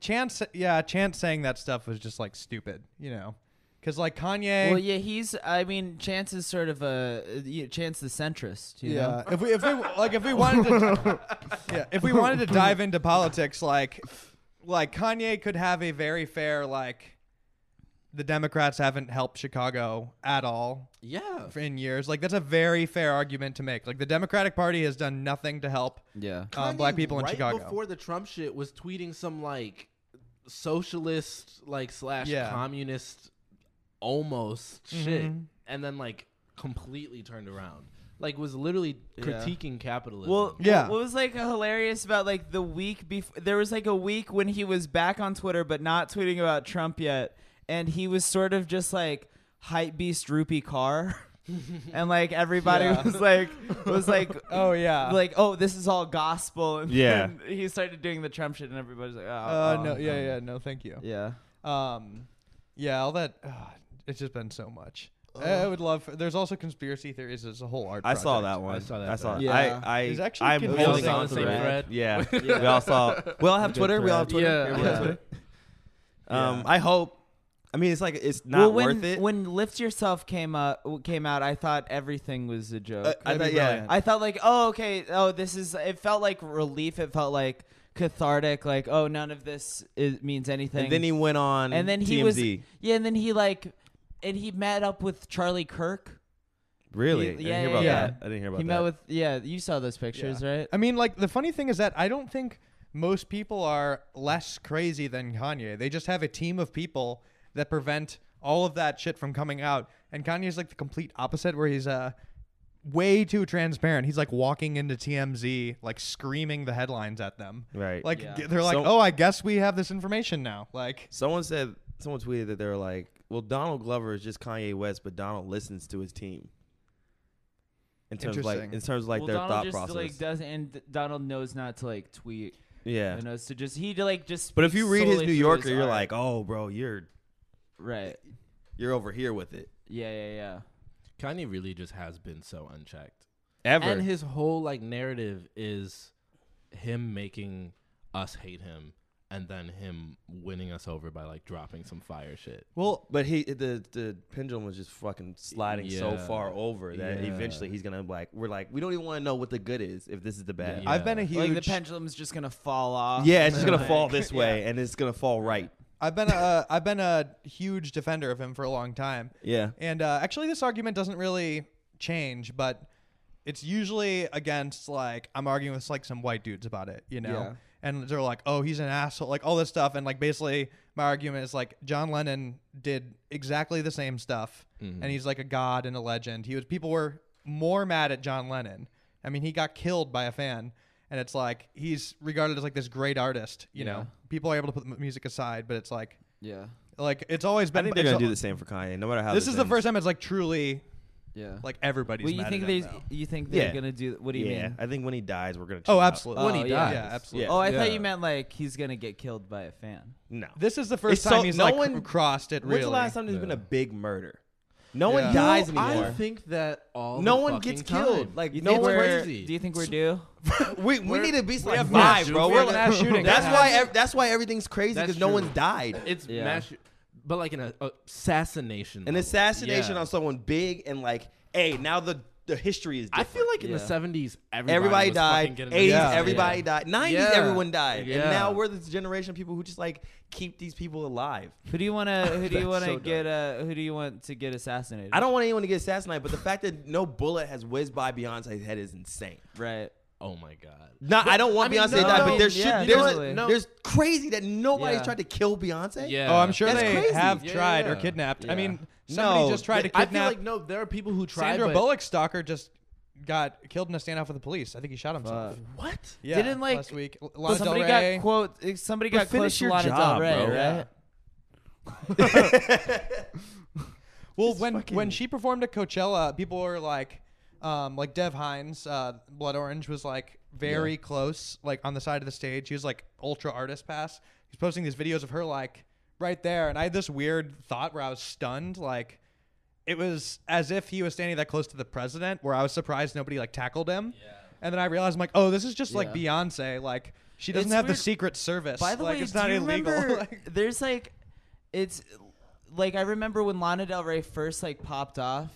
Chance, yeah, Chance saying that stuff was just like stupid, you know, because like Kanye, Well, yeah, he's. I mean, Chance is sort of a uh, you- Chance the centrist. You know? yeah. If we, if we, like, if we wanted to, yeah, if we wanted to dive into politics, like, like Kanye could have a very fair like. The Democrats haven't helped Chicago at all Yeah. in years. Like that's a very fair argument to make. Like the Democratic Party has done nothing to help Yeah. um, black people in right Chicago. Before the Trump shit was tweeting some like socialist like slash Yeah. communist almost Mm-hmm. shit, and then like completely turned around. Like was literally critiquing capitalism. Well, Yeah. What was like hilarious about like the week before? There was like a week when he was back on Twitter, but not tweeting about Trump yet, and he was sort of just like hype beast Rupee Carr, and like everybody Yeah. was like was like Oh yeah. like oh this is all gospel. And Yeah. then he started doing the Trump shit, and everybody's like oh, uh, oh, no, um, yeah, yeah, no, thank you. yeah. Um, yeah, all that. Uh, it's just been so much. I I would love. For, there's also conspiracy theories as a whole art. I saw project. that one. I saw saw that that. I saw. thread. Yeah. I. I It's actually I'm confusing. holding We all saw on the to same that. thread. Yeah. We all saw. We all have Twitter. We all have Twitter. Yeah. Everyone has Yeah. Twitter? Um, I hope. I mean, it's like it's not well, when worth it. when Lift Yourself came up came out, I thought everything was a joke. Uh, I thought, yeah. I thought like, oh, okay, oh, this is. It felt like relief. It felt like cathartic. Like, oh, none of this is, means anything. And then he went on. and then he TMZ. was, yeah, and then he like, and he met up with Charlie Kirk. really. he- I didn't yeah, hear yeah, about yeah. that. I didn't hear about he that. met with, yeah, you saw those pictures, right? I mean, like the funny thing is that I don't think most people are less crazy than Kanye. They just have a team of people that prevent all of that shit from coming out. And Kanye's like the complete opposite, where he's uh way too transparent. He's like walking into TMZ, like screaming the headlines at them. Right. Like Yeah. g- they're like, So- oh, I guess we have this information now. Like. Someone said, someone tweeted that they were like, "Well, Donald Glover is just Kanye West, but Donald listens to his team." In terms of like, Interesting. in terms of like well, their Donald thought just process. like doesn't, and Donald knows not to like tweet. yeah. And knows to just he like just. But if speaks you read his solely New through Yorker, you're art. like, "Oh, bro, you're right, you're over here with it." yeah, yeah, yeah. Kanye really just has been so unchecked. Ever. And his whole like narrative is him making us hate him and then him winning us over by like dropping some fire shit. well, but he the the pendulum was just fucking sliding so Yeah. far over that Yeah. eventually he's gonna like we're like we don't even want to know what the good is if this is the bad. Yeah. Yeah, I've been a huge Like the pendulum's just gonna fall off. it's just gonna Like- fall this way and it's gonna fall right. I've been a uh, I've been a huge defender of him for a long time. Yeah. And uh, actually, this argument doesn't really change, but it's usually against like I'm arguing with like some white dudes about it, you know. Yeah. And they're like, "Oh, he's an asshole," like all this stuff, and like basically my argument is like John Lennon did exactly the same stuff, Mm-hmm. and he's like a god and a legend. He was people were more mad at John Lennon. I mean, he got killed by a fan, and it's like he's regarded as like this great artist, you know. People are able to put the m- music aside, but it's like Yeah, like it's always I been. think they're it's gonna al- do the same for Kanye, no matter how. This is the ends. first time it's like truly yeah. like everybody's. well, you mad think at him there's, now. you think they're Yeah. gonna do? What do you yeah, mean? I think when he dies, we're gonna. chill Oh, out. absolutely. When he dies. Yeah, absolutely. Yeah. Oh, I thought Yeah. you meant like he's gonna get killed by a fan. No. This is the first It's so- time he's no like one- crossed it. Really. When's the last time there's been Yeah. a big murder? No Yeah. one dies No, I anymore. think that all No the one fucking gets killed. time. Like You no think one's we're, crazy. Do you think we're due? We, we need to be like have five, mass bro. shootings. We We're have mass shootings. That's Yeah. why. Ev- that's why everything's crazy That's because no true. one's died. It's Yeah. mass, sh- but like an a, assassination. An level. assassination Yeah. on someone big and like, hey, now the the history is. I Different. feel like in the Yeah. seventies, everybody, everybody was fucking died. getting 80s, Yeah. everybody Yeah. died. 90s, Yeah. everyone died. Yeah. And now we're this generation of people who just like keep these people alive. Who do you wanna? Who do you That's wanna so dumb. get? Uh, who do you want to get assassinated? I don't want anyone to get assassinated, but the fact that no bullet has whizzed by Beyonce's head is insane. Right. Oh my god. No, I don't want I mean, Beyonce no, to die, I but mean, there's shit. yeah, totally. there's, No. there's crazy that nobody's Yeah. tried to kill Beyonce. Yeah. Oh, I'm sure That's they crazy. have Yeah, tried yeah, or yeah. kidnapped. I Yeah. mean, somebody No, just tried to I kidnap feel like no, there are people who try. Sandra but Bullock's stalker. Just got killed in a standoff with the police. I think he shot himself. Fuck. What? Yeah, Didn't, like, last week. L- But Lana Del somebody Rey. got quote. Somebody got close finish to your Lana Del job, Rey, bro. right? Yeah. Well, when when she performed at Coachella, people were like, um, like Dev Hines, uh, Blood Orange was like very close, like on the side of the stage. He was like ultra artist pass. He's posting these videos of her like right there, and I had this weird thought where I was stunned, like. It was as if he was standing that close to the president, where I was surprised nobody like tackled him. Yeah. And then I realized, I'm like, oh, this is just like Beyonce. Like she doesn't It's have weird. the Secret Service. By the like, way, it's not do you illegal. remember? Like- there's like, it's like I remember when Lana Del Rey first like popped off,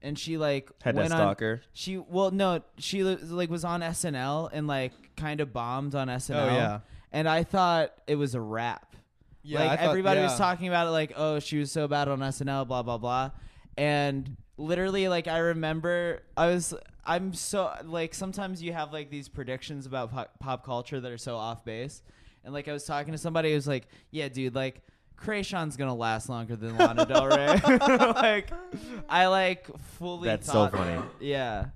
and she like Had that went on- stalker. She well, no, she li- like was on SNL and like kind of bombed on SNL. Oh, yeah. And I thought it was a rap. Yeah, I like thought- everybody was yeah. talking about it, like oh she was so bad on SNL, blah blah blah, and literally like I remember I was. I'm so like sometimes you have like these predictions about pop, pop culture that are so off base, and like I was talking to somebody who's like, "Yeah, dude, like Krayshawn's gonna last longer than Lana Del Rey." like, I like fully. That's so thought- funny. Yeah,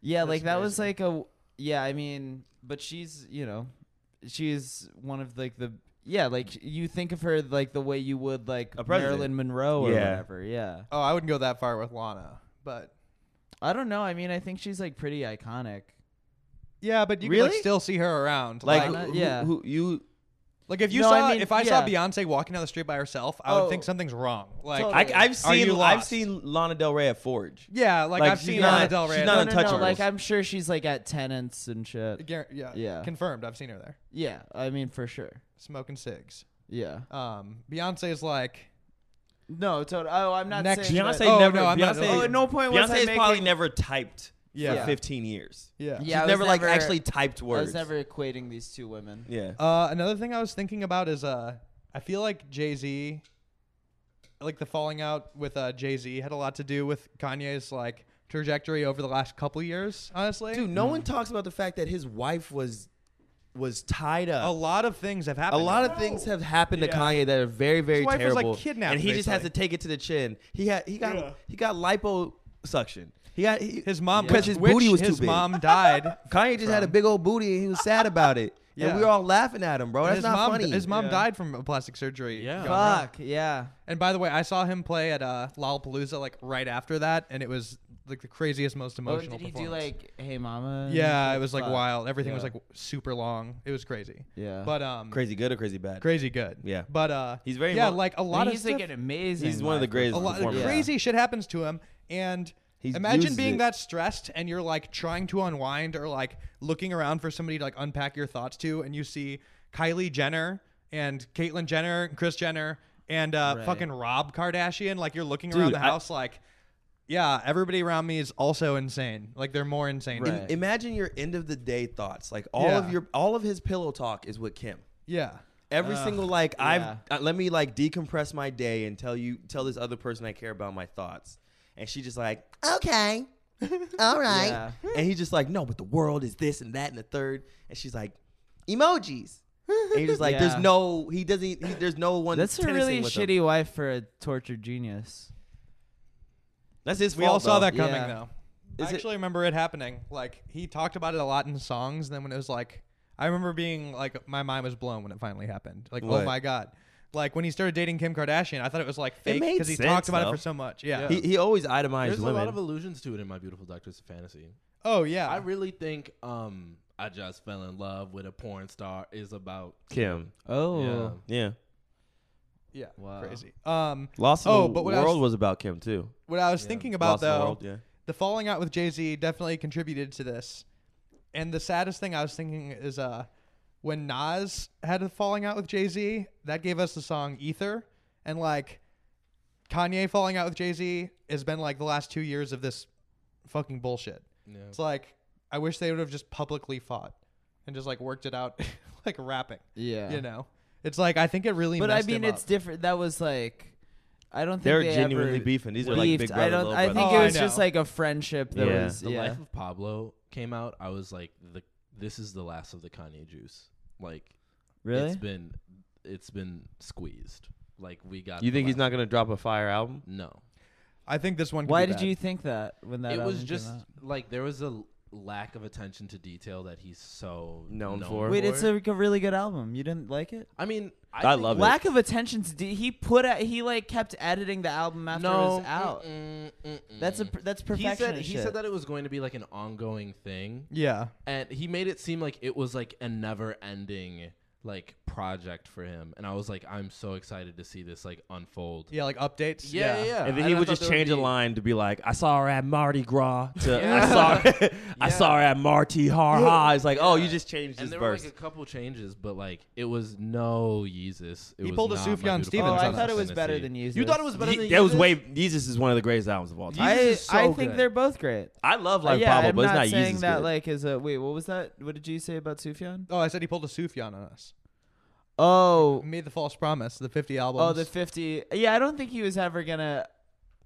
yeah, like that was like a yeah. I mean, but she's you know, she's one of like the yeah. Like you think of her like the way you would like A president. Marilyn Monroe or Yeah. whatever. Yeah, oh, I wouldn't go that far with Lana, but I don't know. I mean, I think she's like pretty iconic. Yeah, but you can Really? like, still see her around. Like, Like, Lana- like, who- yeah. who, you if you No, I saw, mean, if I saw yeah. Beyonce walking down the street by herself, I Oh. would think something's wrong. Like, Totally. I, I've Are you seen I've lost? seen Lana Del Rey at Forge. yeah, like, Like, I've she's seen not- Lana Del she's Rey. not No, on no, no. Untouchables. Like I'm sure she's like at tenants and shit. Gar- yeah, Yeah. confirmed. I've seen her there Yeah, I mean for sure. smoking cigs. Yeah. Um, Beyonce is like, No, totally. Oh, I'm not Next- saying. Beyonce that- Oh, never. no, I'm not- Beyonce, oh, at no point was Beyonce I is making, probably never typed Yeah. for 15 years. yeah. Yeah, I She's was never like never- actually typed I words. was never equating these two women. Yeah. Uh, another thing I was thinking about is, uh, I feel like Jay Z, like the falling out with uh, Jay Z, had a lot to do with Kanye's like trajectory over the last couple years. Honestly, Dude, no one talks about the fact that his wife was was tied a up. lot of things have A happened. lot of things have happened to Kanye that are very, very His wife was, terrible. like, kidnapped, and he just has to basically. take it to the chin. He had he got he got liposuction. He got he, His mom, which- because his booty which was his too big. mom died. Kanye just had a big old booty and he was sad about it. Yeah. And we were all laughing at him, bro. That's his not mom, funny. His mom Yeah. died from plastic surgery. Yeah. gone wrong. Fuck yeah. And by the way, I saw him play at uh, Lollapalooza like right after that, and it was like the craziest, most Oh, emotional. did he do performance. like Hey Mama? and Yeah, shit? it was like Fuck. wild. Everything was Yeah. like w- super long. It was crazy. Yeah. But um, crazy, crazy good or crazy bad? good. Yeah. But uh, He's very yeah, mo- like a I mean, lot he's of stuff, like an amazing. He's one of the life greatest a lot of performers. crazy shit happens to him, and. He Imagine uses being it. that stressed and you're like trying to unwind or like looking around for somebody to like unpack your thoughts to, and you see Kylie Jenner and Caitlyn Jenner and Chris Jenner and uh, Right. fucking Rob Kardashian. Like you're looking around Dude, the I- house, like, yeah, everybody around me is also insane. Like they're more insane. Right. Im- Imagine your end of the day thoughts. Like all Yeah. of your all of his pillow talk is with Kim. Yeah. Every single like yeah. I've uh, let me like decompress my day and tell you tell this other person I care about my thoughts. And she just like, "Okay." All right. Yeah. And he's just like, "No, but the world is this and that and the third. And she's like, "Emojis." And he's just like, Yeah. "There's no he doesn't he, there's no one That's a tennising really with him." shitty wife for a tortured genius. That's his We fault, all saw though. that coming Yeah. though. Is I it- actually remember it happening. Like he talked about it a lot in songs, and then when it was like I remember being like my mind was blown when it finally happened. Like, oh What? my god. Like when he started dating Kim Kardashian, I thought it was like fake made he sense, talked about though. it for so much. Yeah. Yeah. He, he always itemized There's a women. lot of allusions to it in My Beautiful Doctor's Fantasy. Oh yeah. I really think um, I just fell in love with a porn star is about Kim. Oh. yeah. Yeah. yeah. Wow. Crazy. Um Lost in Oh, the but what I World was- was about Kim too. what I was thinking about Lost in the though World, yeah. the falling out with Jay Z definitely contributed to this. And the saddest thing I was thinking is uh, when Nas had a falling out with Jay Z, that gave us the song Ether. And like Kanye falling out with Jay Z has been like the last two years of this fucking bullshit. Yeah. It's like, I wish they would have just publicly fought and just like worked it out like rapping. Yeah. You know? It's like, I think it really But I messed mean, him it's up. different. That was like, I don't think They're they genuinely ever beefing. These are like big beefed. brother, I don't. little I think brother. Oh, it I was just know. like a friendship that Yeah. was. the yeah. life of Pablo came out, I was like, the this is the last of the Kanye juice. Like, really? it's been it's been squeezed. Like we got. You the think he's last- not gonna drop a fire album? No. I think this one. Could Why be did bad. you think that when that it album was came just out? like there was a l- lack of attention to detail that he's so Known for. Wait, it's a, g- really good album. You didn't like it? I mean, I, I think- love it. Lack of attention. To de- he put a, he like kept editing the album after it No, was out. mm-mm, mm-mm. That's a pr- that's he perfection. said he said that it was going to be like an ongoing thing, Yeah. and he made it seem like it was like a never-ending like project for him. And I was like, I'm so excited to see this like unfold. Yeah, like updates. yeah, yeah. yeah. And then I he would thought just there change a be- line to be like, "I saw her at Mardi Gras." To Yeah. I saw, her, I saw her at Marty Har Ha. It's like, oh, you just changed And this there were verse. like a couple changes, but like it was no Yeezus. It He was pulled a not My Sufjan Beautiful Stevens Oh, on I us. thought it was Tennessee. better than you. You thought it was better Ye- than that was Yeezus? way. Jesus is one of the greatest albums of all time. I, Yeezus is so I think good. they're both great. I love like yeah, Pablo, I'm but it's not, not saying Yeezus. that good. like is a wait. What was that? What did you say about Sufjan? Oh, I said he pulled a Sufjan on us. Oh, Made the false promise. The 50 albums. oh, the fifty. Yeah, I don't think he was ever gonna.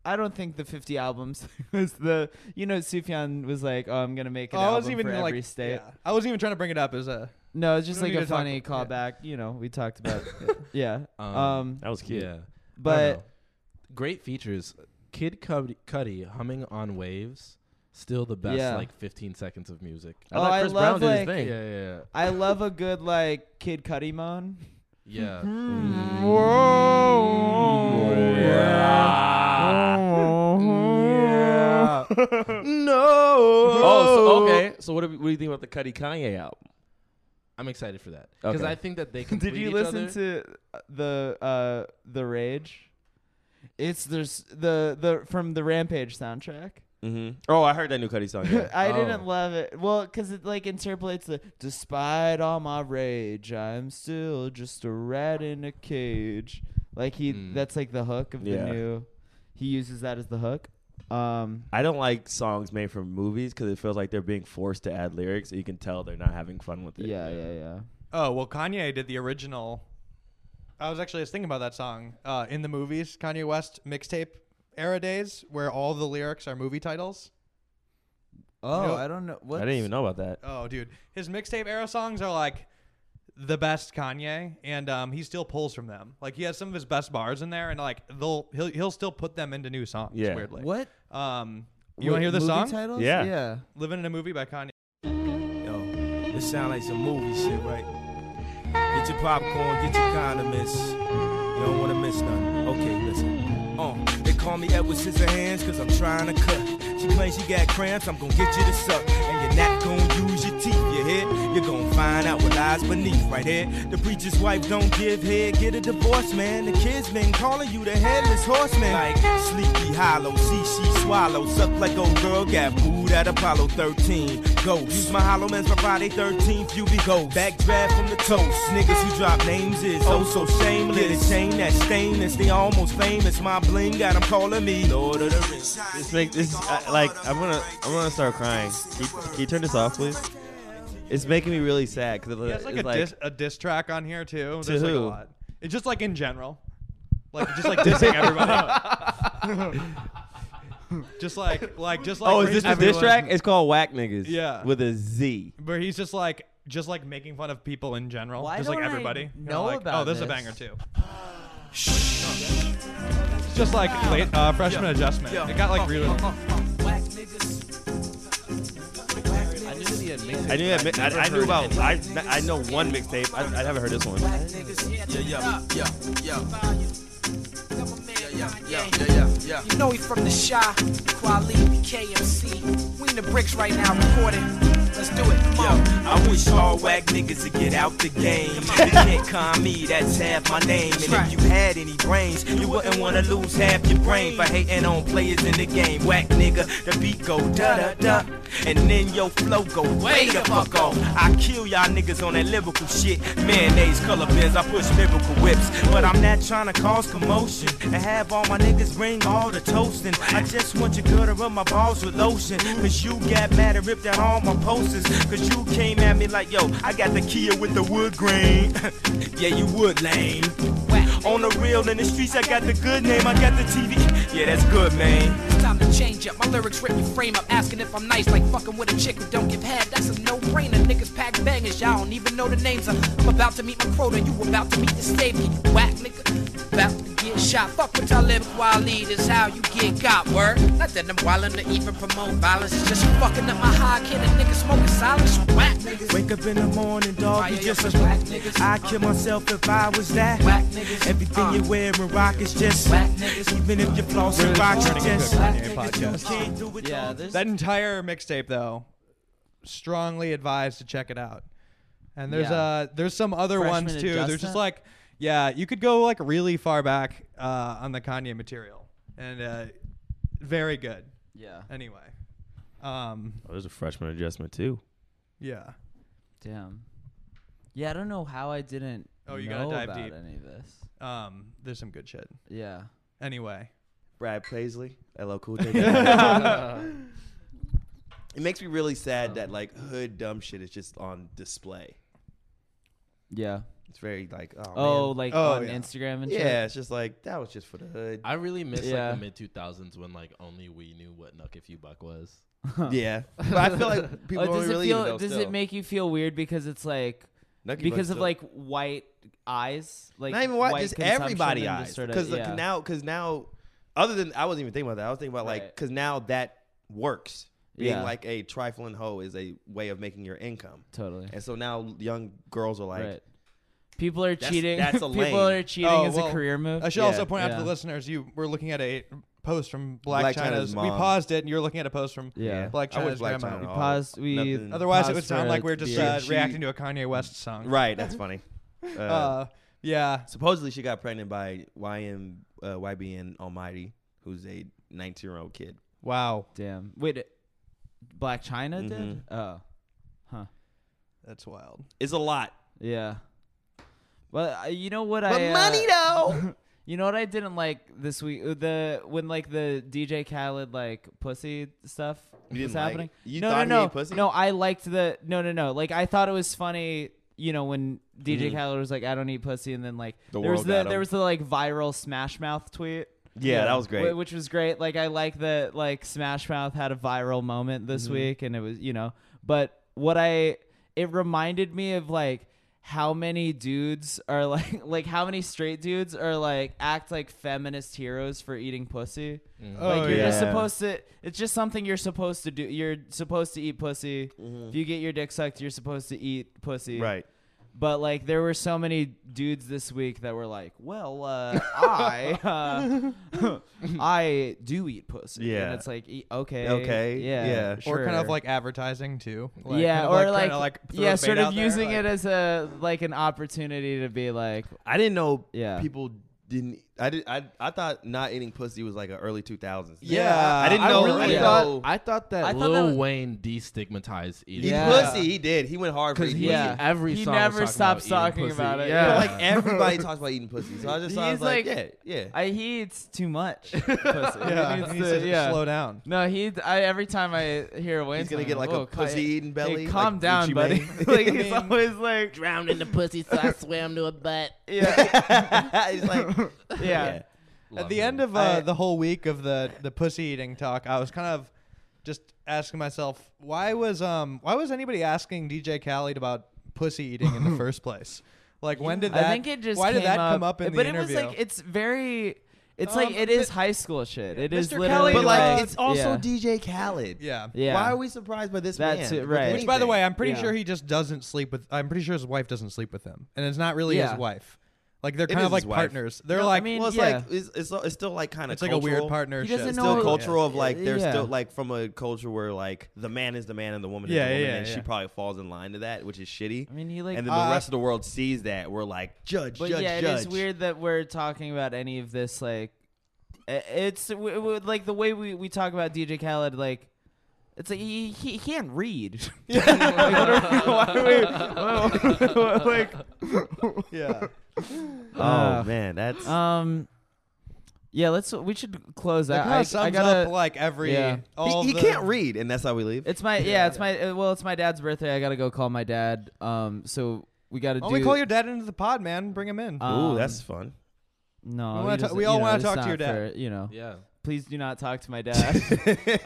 I don't think the fifty albums was the. You know, Sufjan was like, "Oh, I'm gonna make an Oh, I album wasn't even for like. every state." yeah. I wasn't even trying to bring it up. It was a. No, it's just We don't like a need to funny talk about- callback. You know, we talked about. yeah. Um, Um, That was cute. Yeah, but great features. Kid Cudi, Cudi humming on waves, still the best Yeah. like 15 seconds of music. Oh, I love, like- Yeah, yeah, I love a good like Kid Cudi moan. yeah. Mm-hmm. Yeah. no. Oh, so, okay. So what do, we- what do you think about the Cuddy Kanye album? I'm excited for that because Okay. I think that they complete Did you each listen other. to uh, the uh the Rage? It's there's the the from the Rampage soundtrack. Mm-hmm. Oh, I heard that new Cuddy song. yeah. I Oh. didn't love it. Well, cuz it like interpolates the despite all my rage, I'm still just a rat in a cage. Like he Mm. that's like the hook of Yeah. the new he uses that as the hook. Um I don't like songs made from movies because it feels like they're being forced to add lyrics, so you can tell they're not having fun with it. yeah, yeah, yeah. Oh well, Kanye did the original. I was actually just thinking about that song uh, in the movies, Kanye West mixtape era days, where all the lyrics are movie titles. Oh, Nope. I don't know what I didn't even know about that. Oh, dude, his mixtape era songs are like the best Kanye, and um, he still pulls from them. Like he has some of his best bars in there, and like they'll he'll he'll still put them into new songs. Yeah. Weirdly. What? Um, you want to hear this song? Titles? Yeah. Yeah. "Living in a Movie" by Kanye. Yo, this sound like some movie shit, right? Get your popcorn, get your condiments. You don't wanna miss nothing. Okay, listen. Uh, they call me Edward Scissorhands cause I'm trying to cut. She claims she got cramps, I'm gonna get you to suck. And you're not gonna use your teeth, you hear? You're gonna find out what lies beneath, right here. The preacher's wife don't give head, get a divorce, man. The kids been calling you the headless horseman. Like Sleepy Hollow, see she swallow. Suck like old girl, got booed at Apollo 13. Ghost. Use my hollow man's for Friday 13th, you be ghost. Backdraft from the toast. Niggas who drop names is oh so shameless. Get a chain that stainless, they almost famous. My bling got 'em calling me Lord of the Rings. This make this I, like I'm gonna I'm gonna start crying. Can you, can you turn this off, please? It's making me really sad because He has like, it's a, diss, a diss track on here too. There's like a who? lot. It's just like in general, like just like dissing everybody. just like like just like oh, is where this he's a diss everyone- track? It's called Whack Niggas. Yeah. with a Z. Where he's just like just like making fun of people in general, Why just like don't I everybody. You know like, about oh, this is a this? banger too. It's just like late uh, freshman adjustment. It got like Oh, really. I knew that he had mixed I knew that. mi- I, I knew about. I I know one mixtape. I, I haven't heard this one. yeah, yeah, yeah, yeah, yeah, yeah, yeah. You know he from the shop, Quali, KMC. We in the bricks right now recording. Let's do it. Come Yo, on. I wish all whack niggas would get out the game. You can't con me, that's half my name. And if you had any brains, you wouldn't wanna lose half your brain for hating on players in the game. Whack nigga, the beat go da da da, and then your flow go way the fuck off. I kill y'all niggas on that lyrical shit. Mayonnaise color bins, I push lyrical whips, but I'm not trying to cause commotion and have all my niggas bring all the toasting. I just want your girl to rub my balls with lotion, cause you got mad and ripped out all my posters, cause you came at me like yo, I got the Kia with the wood grain. yeah, you would lame. On the real in the streets, I got the good name, I got the TV. Yeah, that's good, man. It's time to change up. My lyrics rip your frame up. Asking if I'm nice, like fucking with a chick who don't give head. That's a no brainer. Niggas pack bangers, y'all don't even know the names of. I'm about to meet my quota, you about to meet the safety. Whack nigga, about to get shot. Fuck with Talib Kweli, this how you get got, word. Not that I'm wildin' to even promote violence, it's just you fucking up my high, kid, a nigga smoking silence, you whack niggas. Wake up in the morning, dog, Fire you your just first a whack niggas. I'd kill myself if I was that. Whack niggas. Everything Uh. you wear and rock is just Whack niggas. Even if you're oh. flossing rocks, you turning into a just Kanye podcast. can't do it. Yeah, all. there's That entire mixtape, though, strongly advised to check it out. And there's Yeah. uh there's some other Freshman ones too. There's just Adjustment? like yeah, you could go like really far back uh, on the Kanye material, and uh, very good. yeah. Anyway, um, Oh, there's a freshman adjustment too. yeah, Damn. Yeah, I don't know how I didn't Oh, you gotta know dive about deep. any of this. um, there's some good shit. Yeah. Anyway, Brad Paisley, LL Cool J. it makes me really sad that like hood dumb shit is just on display. Yeah. It's very like oh, Oh, man. like Oh, on yeah. Instagram and shit. yeah, it's just like that was just for the hood. I really miss Yeah. like the mid two thousands when like only we knew what Nuck If You Buck was. yeah, but I feel like people Oh, don't does it really feel? even know does still. it make you feel weird because it's like Nucky Buck because of still- like white eyes, like not even white, just consumption everybody and eyes just sorta- because yeah. now because now other than I wasn't even thinking about that I was thinking about like Right. because now that works being Yeah. like a trifling hoe is a way of making your income totally and so now young girls are like right. People are That's- cheating. that's a lane. People are cheating Oh, as well, a career move. I should Yeah. also point out to Yeah. the listeners, you were looking at a post from Black, Black China's China's. we mom. paused it, and you were looking at a post from Yeah. Black I China's wish Black grandma. China all- paused- we- nothing- Other- Otherwise, it Pause would sound for like we are just beer. uh, She- reacting to a Kanye West song. right that's funny uh, Uh, yeah. supposedly she got pregnant by YM uh, YBN Almighty who's a 19 year old kid Wow. Damn. Wait, Black China did? Mm-hmm. Oh, That's wild. it's a lot yeah. Well, I- you know what but I. money uh, though You know what I didn't like this week? Uh, The when like the DJ Khaled like pussy stuff You was didn't like happening. it? You no, thought he no, no, ate pussy? no. I liked the no, no, no. Like I thought it was funny. You know when DJ Khaled was like, "I don't eat pussy," and then like Mm. The there was world the got him. there was the like viral Smash Mouth tweet. yeah, that was great Wh- Which was great. Like I like that like Smash Mouth had a viral moment this Mm-hmm. week and it was, you know, but what I it reminded me of like how many dudes are like like how many straight dudes are like act like feminist heroes for eating pussy? like you're just Oh, yeah. supposed to it's just something you're supposed to do. You're supposed to eat pussy. If you get your dick sucked, you're supposed to eat pussy. right But like there were so many dudes this week that were like, "Well, uh, I uh, I do eat pussy." Yeah. and it's like, e- okay, Okay, yeah, yeah. Or kind sure. of like advertising too. Like, yeah, kind of or like, trying like, to, like throw yeah, the bait sort of out there, using it like- as a like an opportunity to be like, I didn't know Yeah. people didn't. I did. I I thought not eating pussy was like an early two thousands. Yeah, I didn't I know. really I thought know. I thought that I thought Lil that was- Wayne destigmatized E eating. He Yeah. pussy. He did. He went hard for Because eating he, pussy. Yeah. every He song was never talking stops about eating talking pussy. about it. Yeah. Yeah. But like everybody talks about eating pussy, so I just I He's was like, like- yeah, yeah. I he eats too much. pussy. Yeah, he needs he to- said, yeah. slow down. No, he. I every time I hear Wayne's gonna song, get, I'm like, a "Whoa, cal- pussy eating hey, belly, calm like down, Gucci buddy. Mane. like he's always like, Drowned in the pussy, so I swam to a butt. yeah, He's like, yeah. At the end of uh, I- the whole week of the the pussy eating talk, I was kind of just asking myself why was um why was anybody asking DJ Khaled about pussy eating in the first place? Like when did that? I think it just why came did that come up in the but interview? it was like it's very it's Um, like it is Mi- high school shit. It is Mr. literally Kelly but like uh, it's also yeah. DJ Khaled. yeah. yeah. Why are we surprised by this That's man? it, right. Which, by the way, I'm pretty Yeah. sure he just doesn't sleep with. I'm pretty sure his wife doesn't sleep with him, and it's not really Yeah. his wife. Like they're kind is of like his wife. partners. They're No, I like mean, well, it's yeah. like it's, it's it's still like kind of it's like a weird partnership. He doesn't It's know- still No, cultural of like they're yeah. still like from a culture where like the man is the man and the woman Yeah, is the woman yeah, and she yeah. probably falls in line to that, which is shitty. I mean, he, like- and then Uh, the rest of the world sees that we're like judge, but judge, yeah, judge. it is weird that we're talking about any of this like i- it's w- w- like the way we we talk about DJ Khaled like it's like he he, he can't read. Like, what are we- why are we- like yeah. Oh Uh, man, that's um yeah, let's we should close That that. kind I, of sums I gotta up like every. yeah. All he, he the- can't read, and that's how we leave. It's my yeah. It's my uh, well. It's my dad's birthday. I gotta go call my dad. Um. So we gotta do. Why don't Oh, we call your dad into the pod, man? Bring him in. um, Ooh, that's fun. no. We he wanna ta- doesn't- we all you know, wanna it's talk to not your dad. fair, you know. yeah, please do not talk to my dad.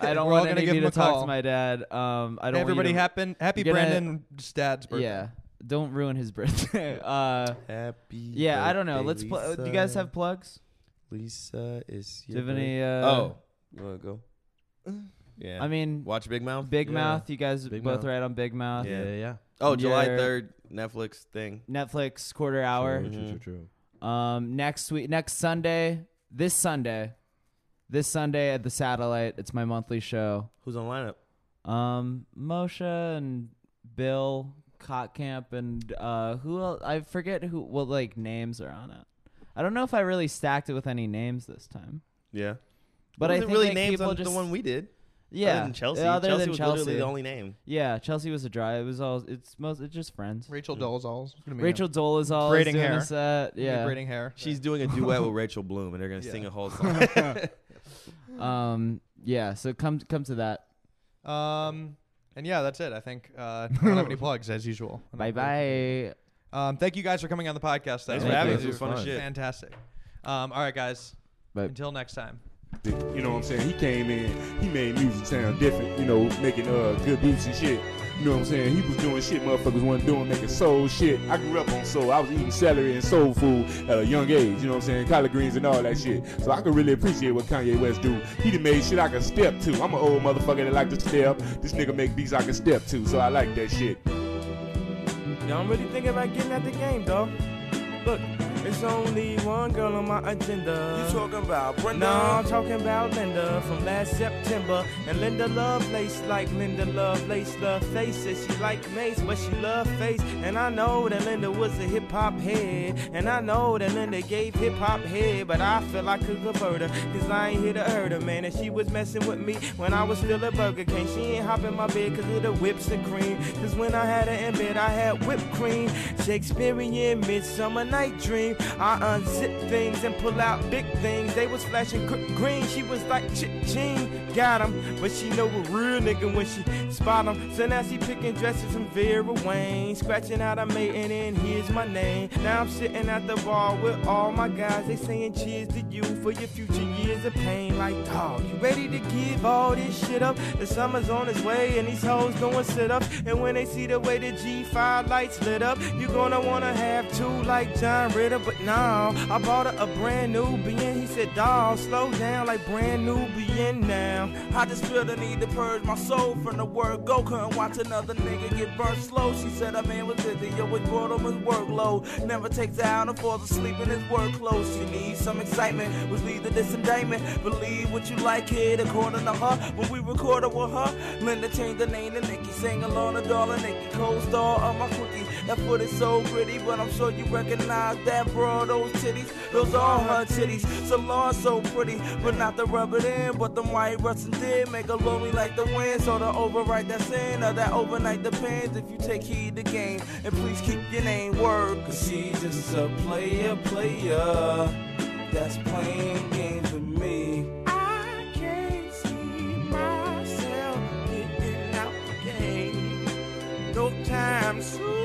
I don't We're all want gonna any give of you him to a talk call. to my dad. Um, I don't. Everybody want happen, happy you're gonna- Brandon's dad's you to, birthday. Yeah, don't ruin his birthday. Uh, Happy. yeah, I don't know. birthday, Let's. Pl- uh, Lisa. do you guys have plugs? Lisa is. Do you have your any? Uh, birth- oh, you wanna go? Yeah. I mean, watch Big Mouth. Big yeah. Mouth. You guys Big both Mouth. right on Big Mouth. yeah, yeah, yeah. Oh, July Your- third, Netflix thing. Netflix quarter hour. True, Mm-hmm. true, true, true. Um, next week, next Sunday, this Sunday, this Sunday at the Satellite. It's my monthly show. Who's on lineup? Um, Moshe and Bill Cottcamp and uh, who else? I forget who. What like names are on it? I don't know if I really stacked it with any names this time. Yeah, But I Wasn't think really like, names people on just the one we did. yeah, other than Chelsea. Other Chelsea than was Chelsea, literally the only name. yeah, Chelsea was a drive. It was all. It's most. It's just friends. Rachel Dolezal's. Rachel Dole is all Braiding doing hair. a set. Yeah, braiding hair. She's doing a duet with Rachel Bloom, and they're gonna sing a whole song. um, yeah. So come come to that. Um, and yeah, that's it. I think uh, I don't have any plugs as usual. And Bye I'm- bye. Um, thank you guys for coming on the podcast. Though. Thanks for having us. It was fun as shit. Fantastic. Um, all right, guys. Bye. Until next time. You know what I'm saying? He came in, he made music sound different, you know, making uh good beats and shit. You know what I'm saying? He was doing shit motherfuckers wasn't doing, making soul shit. I grew up on soul. I was eating celery and soul food at a young age, you know what I'm saying? Collard greens and all that shit. So I can really appreciate what Kanye West do. He done made shit I can step to. I'm an old motherfucker that like to step. This nigga make beats I can step to, so I like that shit. Yeah, I'm really thinking about getting at the game, though. Look, it's only one girl on my agenda. You talking about Brenda? No, I'm talking about Linda from last September. And Linda Lovelace, like Linda Lovelace, love faces. She like Mace, but she love face. And I know that Linda was a hip hop head. And I know that Linda gave hip hop head, but I feel I could convert her. Cause I ain't here to hurt her, man. And she was messing with me when I was still at Burger King. She ain't hop in my bed cause of the whips and cream. Cause when I had her in bed, I had whipped cream. Shakespearean midsummer night dream. I unzip things and pull out big things. They was flashing quick green. She was like ching, got 'em, But she know a real nigga when she spot 'em. So now she picking dresses from Vera Wayne. Scratching out a mate and then here's my name. Now I'm sitting at the bar with all my guys. They saying cheers to you for your future years of pain. Like, dog, you ready to give all this shit up? The summer's on its way and these hoes doing sit ups. And when they see the way the G5 lights lit up, you gonna wanna have two like John Ritter. But now I bought her a brand new being. He said, dog, slow down like brand new being now. I just feel the need to purge my soul from the word go. Couldn't watch another nigga get burnt slow. She said a man was busy, yo, it brought him his workload. Never takes out and falls asleep in his work clothes. She needs some excitement, which leads to this indictment. Believe what you like, kid, according to her. When we recorded with her, Linda changed the name to Nikki. Sang along the dollar, Nikki co-star of my cookie. That foot is so pretty, but I'm sure you recognize that, bro. Those titties, those are her titties. Salon so pretty, but not the rubber in. But them white Russian did make her lonely like the wind. So to overwrite that sin or that overnight depends if you take heed to game. And please keep your name word, cause she's just a player, player. That's playing games with me. I can't see myself getting out the game. No time soon.